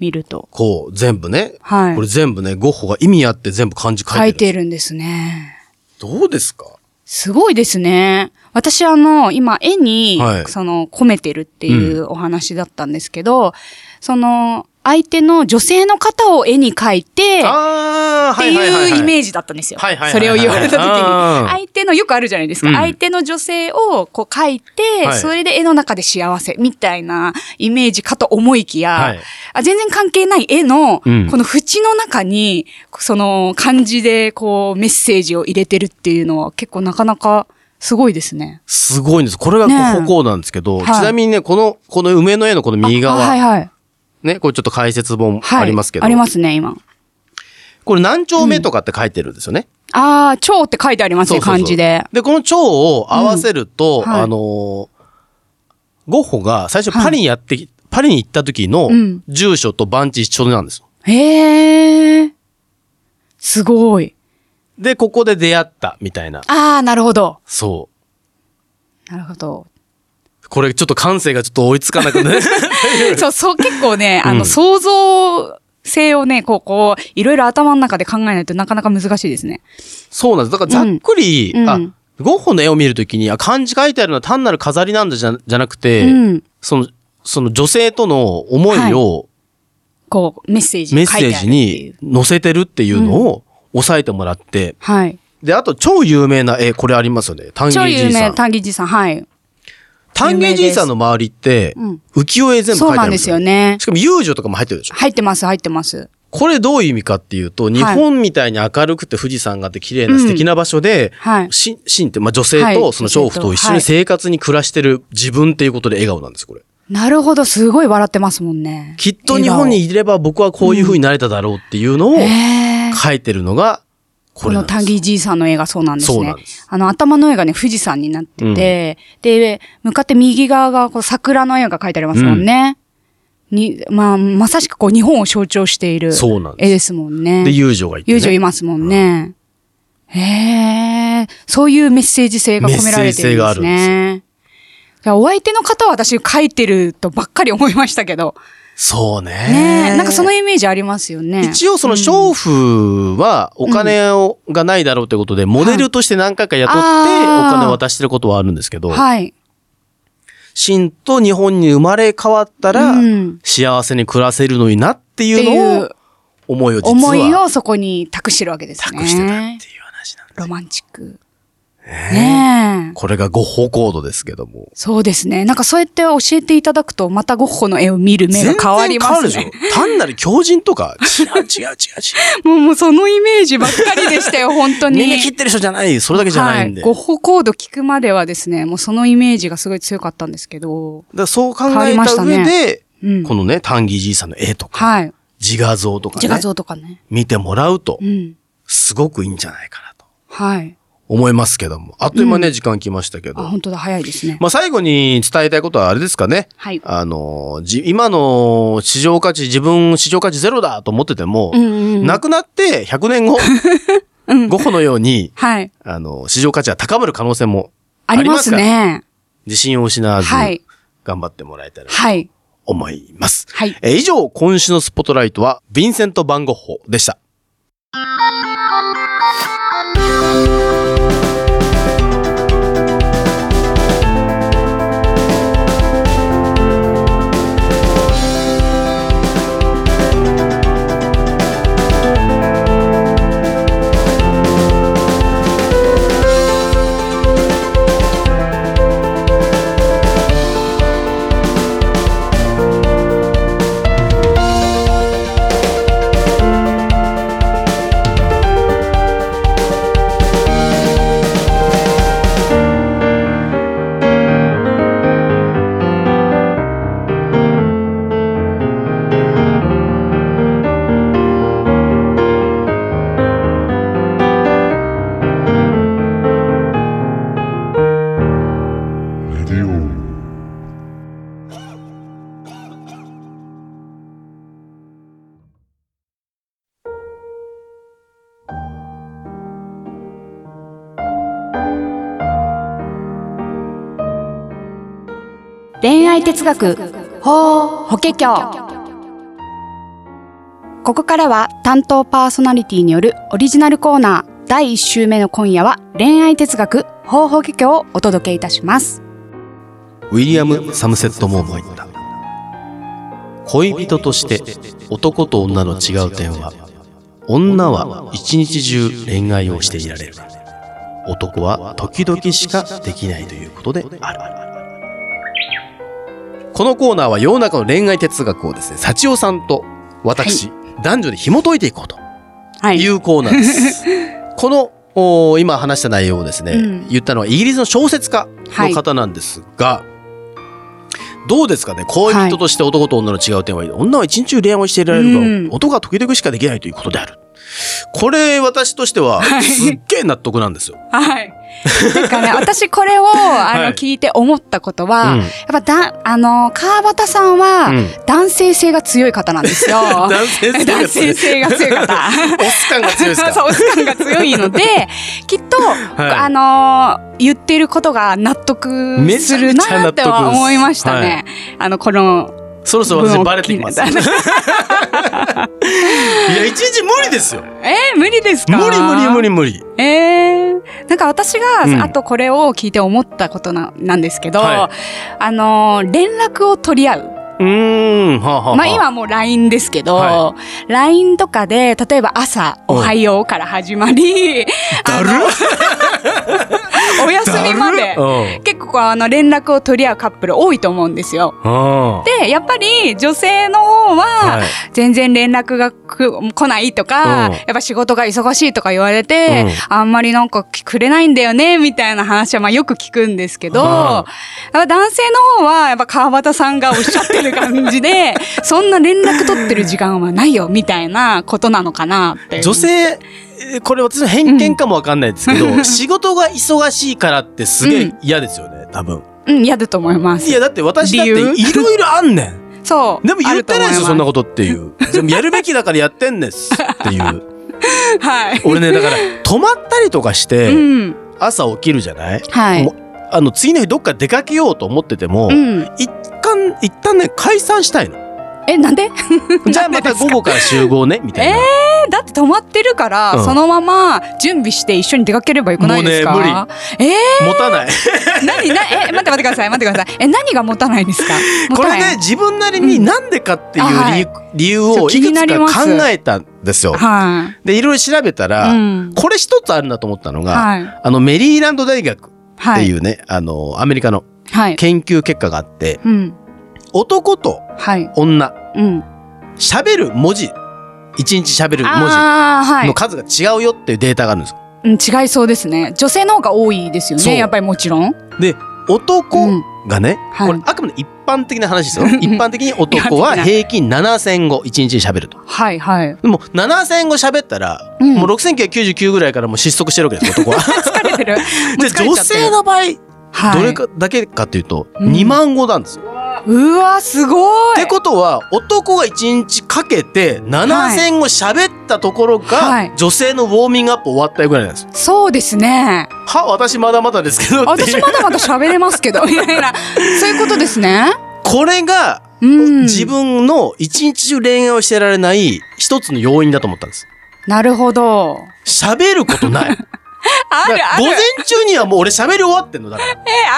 見ると。
こう、全部ね。
はい
これ全部ね、ゴッホが意味あって全部漢字書
書
い
い
て
て
る。
るんですね。
どうですか
すごいですね。私あの、今絵に、
はい
その、込めてるっていうお話だったんですけど、その、相手の女性の方を絵に描いて、
ああ、
って
はいはいはい、はい。
いうイメー
ジ。
ジだったんですよ
はいはいはい。は
そ
い
れを言われた時
あー
に。相手のよくあるじゃないですか。
うん
相手の女性をこう描いて、
はい
それで絵の中で幸せみたいなイメージかと思いきや、
はい
あ全然関係ない絵の、
うん
この縁の中に、その漢字でこうメッセージを入れてるっていうのは結構なかなかすごいですね。
すごいんです。これが
ねえ
ここなんですけど、
はい
ちなみにね、この、この梅の絵のこの右側、
あはいはい。
ね、これちょっと解説本
はい。
ありますけど、
ありますね、今。
これ何丁目とかって書いてるんですよね。
ああ、蝶って書いてあります
そう
ね、
そうそう
漢字で。
で、この蝶を合わせると、
うんはい
あのーゴッホが最初パリにやってき、パリに行った時の
うん
住所と番地一緒なんですよ。
へえ。すごい。
で、ここで出会ったみたいな。
ああ、なるほど。
そ
なるほど。
う。これちょっと感性がちょっと追いつかなく
(laughs)
ね。
そう、そう、結構ね、
うん
あの、想像性をね、こう、こう、いろいろ頭の中で考えないとなかなか難しいですね。
そうなんです。だからざっくり、
うんう
あ
ん、
ゴッホの絵を見るときに、あ、漢字書いてあるのは単なる飾りなんだじゃじゃなくて、
うん。
その、その女性との思いを
こう、メッセージ
メッ
に書いて
セー
あるっ
ジ
てい
に
う。
載せてるっていうのを押さえてもらって、
はい。
で、あと超有名な絵、これありますよね。丹
超
下じ
有
いさ
名、
ん。
タギじいさん、はい。
丹下じいさんの周りって、
うん
浮世絵全部書
そう
いてあ
な
る
ん
んで
ですす
よ
よ。ね。
しかも遊女とかも入ってるでしょ。
入ってます、入ってます。
これどういう意味かっていうと、日本みたいに明るくて富士山があって綺麗な素敵な場所で、
はい。
しん、しんって、まあ、女性
は
と
い
その娼婦と一緒
女
に
性と
生活に暮らしてる自分っていうことで笑顔なんです、これ。
なるほど、すごい笑ってますもんね。
きっと日本にいれば僕はこういう風になれただろうっていうのを
笑顔。へー
書いてるのが、こ
こ
れな
の
んで
タ
す。
ギじいさんの絵がそうなんですね。
そうなんです
あの、頭の絵がね、富士山になってて、で、向かって右側がこう桜の絵が描いてありますもんね。に、まあ、まさしくこう日本を象徴している
そうなんです
絵ですもんね。
で、遊女がいて、ね。
友情いますもんね。へえ、そういうメッセージ性が込められて
メッセージ
るんですね。
性があるんで
じゃあお相手の方は私書いてるとばっかり思いましたけど。
そうね。
ねえ、なんかそのイメージありますよね。
一応その娼婦はお金を、がないだろうということで、モデルとして何回か雇ってお
あー
金を渡してることはあるんですけど、
はい。
真と日本に生まれ変わったら
うん、
幸せに暮らせるのになって
って
いう
い
のを
う、
思いを実は
思いをそこに託してるわけですね。
託してたっていう話なんです。
ロマンチック。ねえ。
これがゴッホコードですけども。
そうですね。なんかそうやって教えていただくと、またゴッホの絵を見る目が変わります
全然変わ
ね
る。でしょ。単なる狂人と
(laughs)
か、違う違う違う違う。
もうもうそのイメージばっかりでし
(laughs)
たよ、本当に。
みんな切ってる人じゃない、それだけじゃないんで。
はい、ゴッホコード聞くまではですね、もうそのイメージがすごい強かったんですけど。
だからそう考
変わ
え
りましたたね
上で、
うん。
このね、丹義じいさんの絵とか、
はい。
自画像とか
自画
ね、
像とかね。
見てもらうと
う、ん。
すごくいいんじゃないかなと
はい。
思いますけども。あっという間ね、時間来ましたけど
あ、。本当だ、早いですね。
まあ、最後に伝えたいことはあれですかね。
はい。
あの、じ、今の市場価値、自分市場価値ゼロだと思ってても
う、んうんうん。
なくなって100年
(laughs)
後、ゴッホのように、
はい。
あの、市場価値は高まる可能性もあ
あ
り
り
ま
ますす
から、
ね。
自信を失わず、
はい。
頑張ってもらえたらと
はい。
思います。
はい。
えー以上、今週のスポットライトは、ヴィンセント・バンゴッホでした。
Radio.
恋愛哲学法法華経ここからは担当パーソナリティによるオリジナルコーナー第1週目の今夜は恋愛哲学法法華経をお届けいたします
ウィリアム・サムセット・モーも言った。恋人として男と女の違う点は女は一日中恋愛をしていられる男は時々しかできないということであるこのコーナーは世の中の恋愛哲学をですね幸代さんと私、男女で紐解いていこうと
はいい。
うコーナー
(laughs)
です。このおー今話した内容をですね、
うん
言ったのはイギリスの小説家の方なんですが、どうですかね恋人として男と女の違う点は、女は一日中恋愛をしていられるが、
うん
男は時々しかできないということである。これ私としては
はい
すっげえ納得なんですよ。
(laughs) はい。てかね、私これを、あの、
はい
聞いて思ったことは、
うん
やっぱだ、あの、川端さんは、
うん
男性性が強い方なんですよ。
男性性が
(laughs) 男
強
性
い。
性が強い方。
(laughs) オス感が強いですか
(laughs) そう、オス感が強
(laughs)
いので、きっと、
い
あのー言ってることが納得
めち
す
ゃめ
る
ちゃ
な
納得
って
です
は思いましたね。あの、この
そろそろ
文
私
を
バレて
聞
き
い
ます。い
た
や、
ね。
一日無理ですよ。
(laughs) えー無理です
無
か
理無理無理無理。
えー、なんか私が、
うん
あとこれを聞いて思ったことななんですけど、
は
あのー連絡を取り合う。
うーん、はあ、はあはあ。
まあ今はもう LINE ですけど、
は
LINE とかで、例えば朝、
うん
おはようから始まり、
(laughs) だる (laughs)
お休みまで、
うん
結構あの連絡を取り合うカップル多いと思うんですよ。
うん。
で、やっぱり女性の方は、
はい
全然連絡がく来ないとか、
うん
やっぱ仕事が忙しいとか言われて、あんまりなんかくれないんだよね、みたいな話はまあよく聞くんですけど、
は
やっぱ男性の方はやっぱ川端さんがおっしゃってる感
(laughs)
じで、そんな連絡取ってる時間はないよ、みたいなことなのかなって。
女性、えーこれ私の偏見かもわかんないですけど、仕事が忙しいからってすげ
う
え
ん
嫌ですよね、多分。
うん、嫌だと思います
い。や、だって私だってい
理由
ろいろあんねん。
そう。
でも言ってないですよ、そんな
こ
ことっていう。でもやるべきだからやってんですって
(laughs)
いう。
と。はい。
俺ね、だから、泊まったりとかし
う
て、
ん。
朝起きるじゃない、
はい
も。うあの、次の日どっか出かけようと思ってても、
うん。
一旦、一旦ね、解散したいの。
え、 (laughs) なんで
じゃあまた午後から集合ね、みたいな。
えだって泊まってるから、
うん
そのまま準備して一緒に出かければよくないですか
もうね
無理。え
持たない。
ー、何なえ、待って待ってください、待っ
(laughs)
てください。え、何が持たないですか持
こ
たな
れ
い
ね、自分なりになんでかっていう理,、
うんあはい
理由
ちょ
を
っと
い
気
く
にな
つ
ります
か考えたんですよ。
は
で、いろいろ調べたら、
い。うん。
これ一つあるなと思ったのが、
はい。
あの、メリーランド大学っ
は
て
い。
いうね、あの、アメリカの
はい。
研究結果があって、
うん。
男と
はい。
女、
うん。
喋る文字、一日喋る文字
ああ、は
の
い。
数が違うよっていうデータがあるんですよ。
うん、違いそうですね。女性の方が多いですよ
そう
ね。やっぱりもちろん。
で、男がね、
はい
これあくまで一般的な話ですよ。一般的に男は平均7000語、一日に喋ると。
はい、はい。
でも7000語喋ったら、
うん
もう6999ぐらいからもう失速してるわけですよ、男は。
疲れて
(laughs)
(laughs) る。もう
で、
疲れ
女
ちゃってる
性、の場合、
はい、
どれかだけかっていうと、
うん
2万語なんですよ。
うわ、すご
っ
い
てことは、男が1日かけて7000語喋ったところが、
はい
女性のウォーミングアップ終わったぐらいなんですよ。
そうですね。
は、私まだまだですけどってい
私
う。
まだまだ喋れます
(laughs)
けど、みたいな。そういうことですね。
これが、
うん。
自分の一日中恋愛をしてられない一つの要因だと思ったんです。
なるほど。
喋ることない。
(laughs) あ
だから午前中にはもう俺喋り終わってんのだから。
え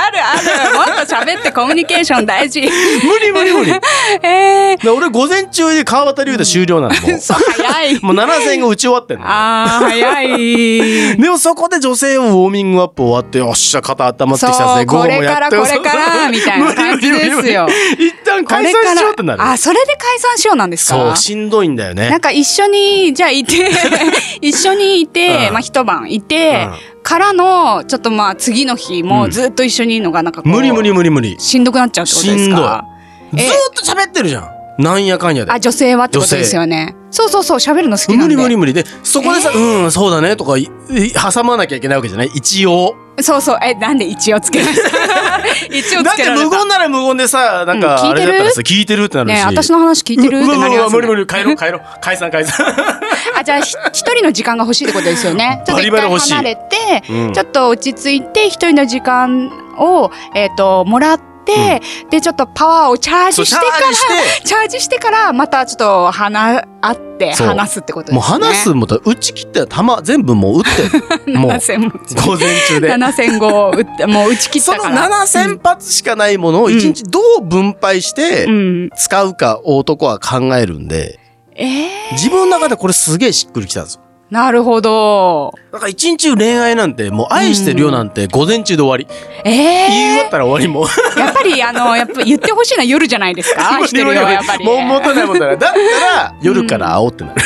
あるある。もっと喋ってコミュニケーション大事。 (laughs)
無理無理無理。
え
で俺午前中で川端龍太終了なのも
ー、 (laughs) そう、早い。
(laughs) うもう7000が打ち終わってんの
あー、早い。
でもそこで女性はウォーミングアップ終わってよっしゃ肩温まってきたぜ
そ
午
う、こ
後も
れ
や
か
っ
ら
て
これから、みたいな感じですよ。
(laughs) 一旦
こ
解
れ
散
か
しようってなる
ら。あ、それで解散しようなんですか
そうしんどいんだよ
な
ね
んか一緒に、じゃあ
(laughs)
いて、一緒にいて、
うん
まあ一晩いて、からの、ちょっとまあ次の日
う
も
ん
ずっと一緒にいるのがなんかこう
無理無理無理無理ず
しんどくなっちゃうってことですか
ー
え
っと喋ってるじゃんなんやかんやで
あ、女性はってことですよね。そうそうそう、喋るの好き
無
なんで。
理無理無理でそこでさ「うんそうだね」とかいい挟まなきゃいけないわけじゃない一応
そうそう、え、なんで一応つけら
(laughs)
れた一応
だ
つ
っ
け
て
られ
無
た。
言なら無言でさなんか
うん聞
あ
いて
れ
る
だったらさ聞いてるってなるし
ねえ私の話聞いてるってなり
うわうわう
ま
わ
す
無理無
ね。
理帰ろう帰ろう解散
(laughs)
解散
あ、じゃあ、ひ一人の時間が欲しいってことですよね。ちょっと一
バリバリ
回
欲しい
離れて、
うん
ちょっと落ち着いて、一人の時間を、えっ、と、もらって、って、で、ちょっとパワーをチャー
そう
ジして
チャ
か
ージして
ら、チャージしてから、またちょっと話、会って
そう
話すってことですね。
もう話すもだ打ち切ったら弾全部もう打
(laughs)
ってんもう
7000も。
午前中で
7000号を打って、もう打ち切っ
そ
た
の
から。
7000発しかないものを一日どう分配して
うん。
使うか男は考えるんで
ええ
自分の中でこれすげえしっくりきたんですよ
なるほど。
だから一日中恋愛なんてもう愛してるよなんて午前中で終わり、
え
言い終わ
え
ったら終わりもう
やっぱり、あの、やっぱ言ってほしいのは夜じゃないで
(laughs)
すか
無
一
理
人は
無理
やっぱり。
もう元ないもんだからだったら夜から会おうってなる、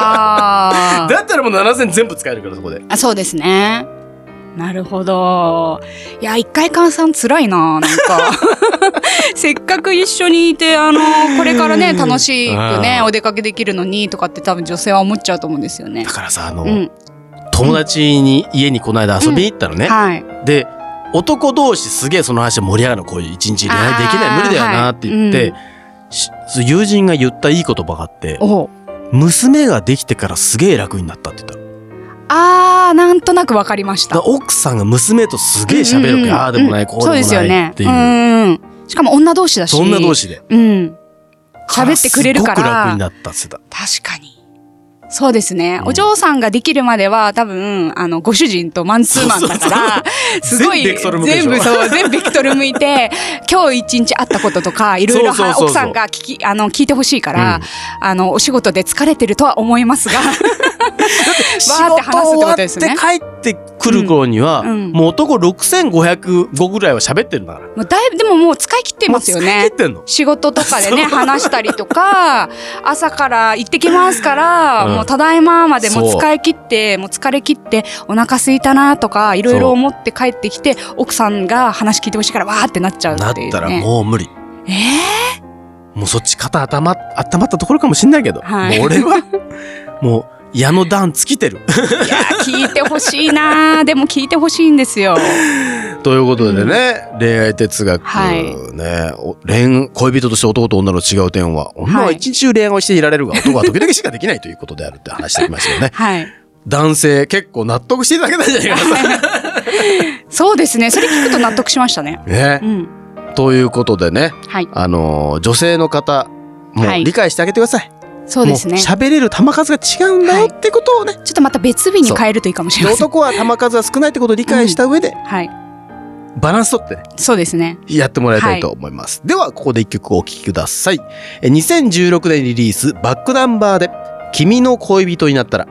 (laughs)
あー
だったらもう7000全部使えるからそこで
あ。そうですね。なるほど。いや、一回換算辛いな、な
(laughs)
んか。せっかく一緒にいて、あの、これからね、楽しくね、
あー
お出かけできるのに、とかって多分女性は思っちゃうと思うんですよね
だ。からさあの、
うん。
友達に家にこの間遊びに行ったのね、
はい。
で男同士すげえその話で盛り上がるのこういう一日恋愛できない無理だよなって言って、し友人が言ったいい言葉があって
おう
娘ができてからすげえ楽になったって言ったの
あー、なんとなくわかりまし
だから
た。
奥さんが娘とすげえ喋るから、
うんうんうん
ああでもないこうでも
そう
な
ですよ
い
ね
っ。て
う
いう、
ん。しかも女同士だし。
そんな同。士で
うん。喋ってくれるから
すごく楽になったって言ってた
確かに。そうですね。
うん
お嬢さんができるまでは多分、あの、ご主人とマンツーマンだから、
そう
すごい、
全ベクトル向くでしょ
全部そう、全ベクトル向い
(laughs)
て、今日一日会ったこととか、いろいろは
そうそうそうそう
奥さんが聞き、あの、聞いてほしいから、あの、お仕事で疲れてるとは思いますが、
(laughs) 仕
わーっ
事
て話すって
終
こ
わ
と
って
ですね
帰ってくる頃には、
うんうん
もう男6505ぐらいは喋ってるんだから。
もうだいぶ、でももう使い切ってますよ
もう疲れ
ね。
てんの。
仕事とかで
(laughs)
ね、話したりとか、朝から行ってきますから、
うん
もうただいままでもう
そう
使い切って、もう疲れ切って、お腹空いたなとか、いろいろ思って帰ってきて、奥さんが話聞いてほしいからわーってなっちゃう
な
っ
って
いう、ね。
たらもう無理。
え
もうそっち肩温ま温まったところかもしんないけど、
はい
もう俺は (laughs) もう矢の段尽きてる。
ーいやー、聞いてほしいなー。でも聞いてほしいんですよ。
(laughs) ということでね、恋愛哲学、
はい。
ねお恋、恋人として男と女の違う点は、女は一日中恋愛をしていられるが、男は時々しかできないということであるって話してきましたよね
(laughs)
(laughs)
はい。
男性結構納得していただけたんじゃないかな。
そうですね。それ聞くと納得しましたね。 (laughs)
ね
う、ん。
ということでね、
はい。
あのー女性の方も
は
う
い
理解してあげてください。
そうですね。
もう
ちょ
喋れる球数が違うんだよってことをね。
っとまた別日に変えるといいかもし
で
れません。
男は球数が少ないってことを理解した上で、
はい。
バランスとってね、
そうですね。
やってもらいたいと思います。では、ここで一曲お聴きください。え2016年リリース、バックナンバーで、君の恋人になったら、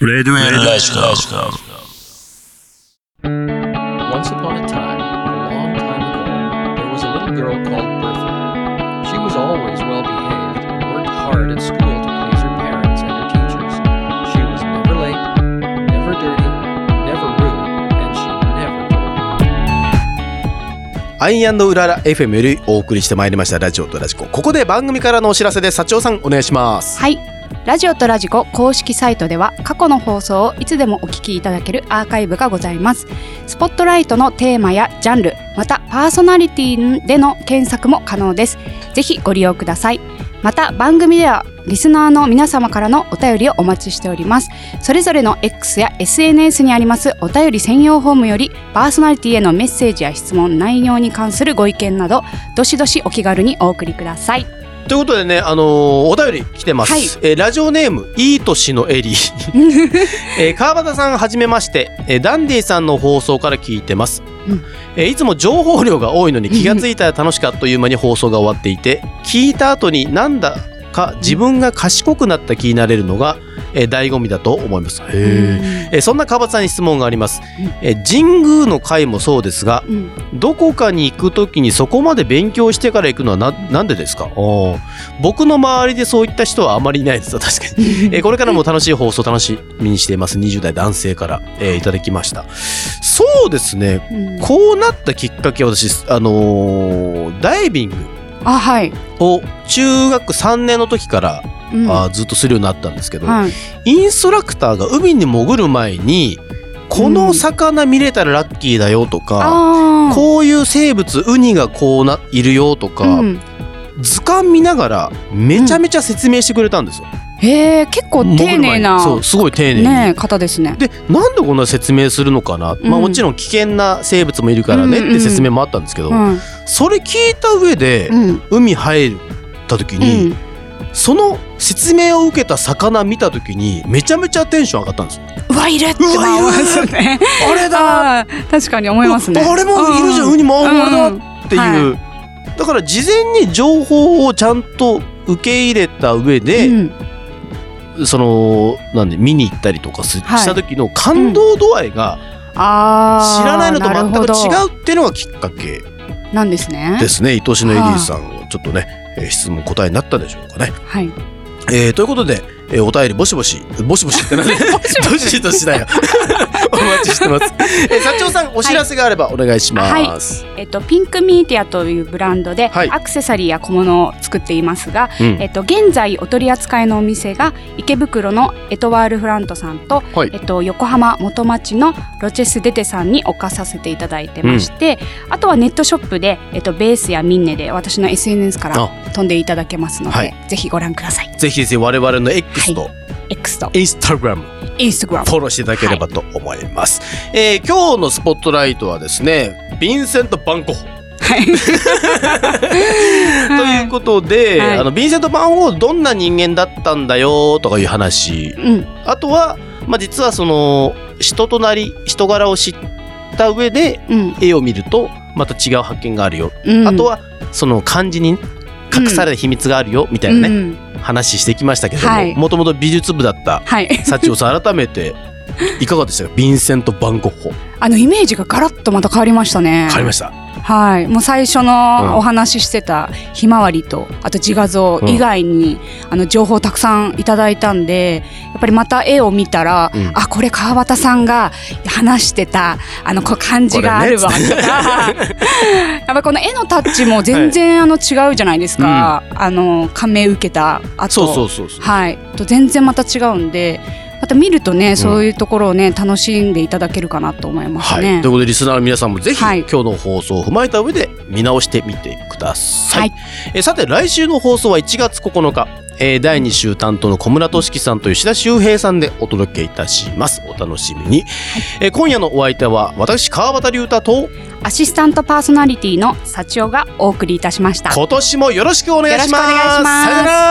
Red Wales.
Once upon a time, a long time ago, there was a little girl called Bertha. She was always well behaved and worked hard at school to please her parents and her teachers. She was never late, never dirty, never rude, and she never told.
アイアンドウララ FM よりお送りしてまいりました、ラジオとラジコ。ここで番組からのお知らせです、社長さん、お願いします。
はい。ラジオとラジコ公式サイトでは過去の放送をいつでもお聞きいただけるアーカイブがございます。スポットライトのテーマやジャンル、またパーソナリティでの検索も可能です。ぜひご利用ください。また番組ではリスナーの皆様からのお便りをお待ちしております。それぞれの X や SNS にありますお便り専用フォームよりパーソナリティへのメッセージや質問、内容に関するご意見など、どしどしお気軽にお送りください。
ということでね、あのーお便り来てます。
はい
えーラジオネーム、いい年のエ
(laughs)
リー。えー川端さん、はじめまして、えーダンディさんの放送から聞いてます。
うん
えーいつも情報量が多いのに気がついたら楽しかったという間に放送が終わっていて、聞いた後になんだか自分が賢くなった気になれるのが、えー醍醐味だと思います。へーえーそんな川端さんに質問があります
うん。
えー神宮の会もそうですが、
うん
どこかに行くときにそこまで勉強してから行くのはななんでですかおー僕の周りでそういった人はあまりいないです確かに、えーこれからも楽しい放送楽しみにしています20代男性から、えーいただきましたそうですね
うん
こうなったきっかけは私あのーダイビング
あはい。
を中学3年の時から、
うん
あーずっとするようになったんですけど、
はい。
インストラクターが海に潜る前にこの魚見れたらラッキーだよとか、
ああ
こういう生物ウニがこうないるよとか、
うん、
図鑑見ながらめちゃめちゃ説明してくれたんですよ。
へえ結構丁寧な
そうすごい丁寧に。
ね方ですね。
でなんでこんな説明するのかな、まあ
うん
もちろん危険な生物もいるからねっ
うんうんう
て
ん
説明もあったんですけど、
うん
それ聞いた上で
う、ん
海入った時
う
に、
ん、
その説明を受けた魚見た時にめちゃめちゃテンション上がったんですよ。
うわいるって
うわいる
思いますね。
あれだ
あ (laughs) ー確かに思いますね。
うわあれもいるじゃん、
う
ウニもあ
う
あれだ
ん
っていう、だから事前に情報をちゃんと受け入れた上で、
うん
そのなんで見に行ったりとかす、
はい
した時の感動度合いが
あー
知らないのと全く
なるほ
違うっていうのがきっかけ
どなんですね。
ですね愛しのエリーさんをちょっとね、えー質問答えになったでしょうかね。 (laughs)
はい。
えーということで、えーお便りぼしぼしぼしぼしってなんで (laughs) どしどしだよ (laughs) お待ちしてます、えー、社長さんお知らせがあればお願いします、
(laughs) えっと、ピンクミーティアというブランドで、
はい
アクセサリーや小物を作っていますが、
うん
えっと、現在お取り扱いのお店が池袋のエトワール・フラントさんと、
はい
えっと、横浜元町のロチェス・デテさんに置かさせていただいてまして、あとはネットショップで、えっと、ベースやミンネで私の SNS から
あ
飛んでいただけますので、
はい
ぜひご覧ください。
ぜひですね我々の X と
X と
Instagram
インスタグラム
フォローしていただければと思います、えー今日のスポットライトはですねヴィンセント・バンコホ (laughs) ということで、
はい
あのヴィンセント・バンコホどんな人間だったんだよとかいう話
うん、
あとは、まあ、実はその人となり人柄を知った上で
うん、
絵を見るとまた違う発見があるよ、
うん。
あとはその漢字に隠された秘密があるよみたいなね、
うん
話してきましたけど
は
も
い
もともと美術部だった
はい。
幸男さん改めていかがでしたかヴィンセント・バンゴッホ
あのイメージがガラッとまた変わりましたね。
変わりました
はい、もう最初
うん
のお話ししてたひまわりとあと自画像以外に、あの情報たくさんいただいたんでやっぱりまた絵を見たら、
うん
あこれ川端さんが話してたあのこう感じがあるわ
ことれね (laughs)
か、やっぱりこの絵のタッチも全然あの違うじゃないですか、あの感銘受けたあと
そうそうそうそう、
はい、と全然また違うんでまた見るとね、そういうところをね楽しんでいただけるかなと思います
はい
ね。
ということでリスナーの皆さんもぜひ、
はい
今日の放送を踏まえた上で見直してみてください、
はい
えーさて来週の放送は1月9日、えー第2週担当の小村俊樹さんと吉田修平さんでお届けいたしますお楽しみに、えー今夜のお相手は私川端龍太と
アシスタントパーソナリティの幸男がお送りいたしました。
今年もよろしくお願いします
よろしくお願いします
さよなら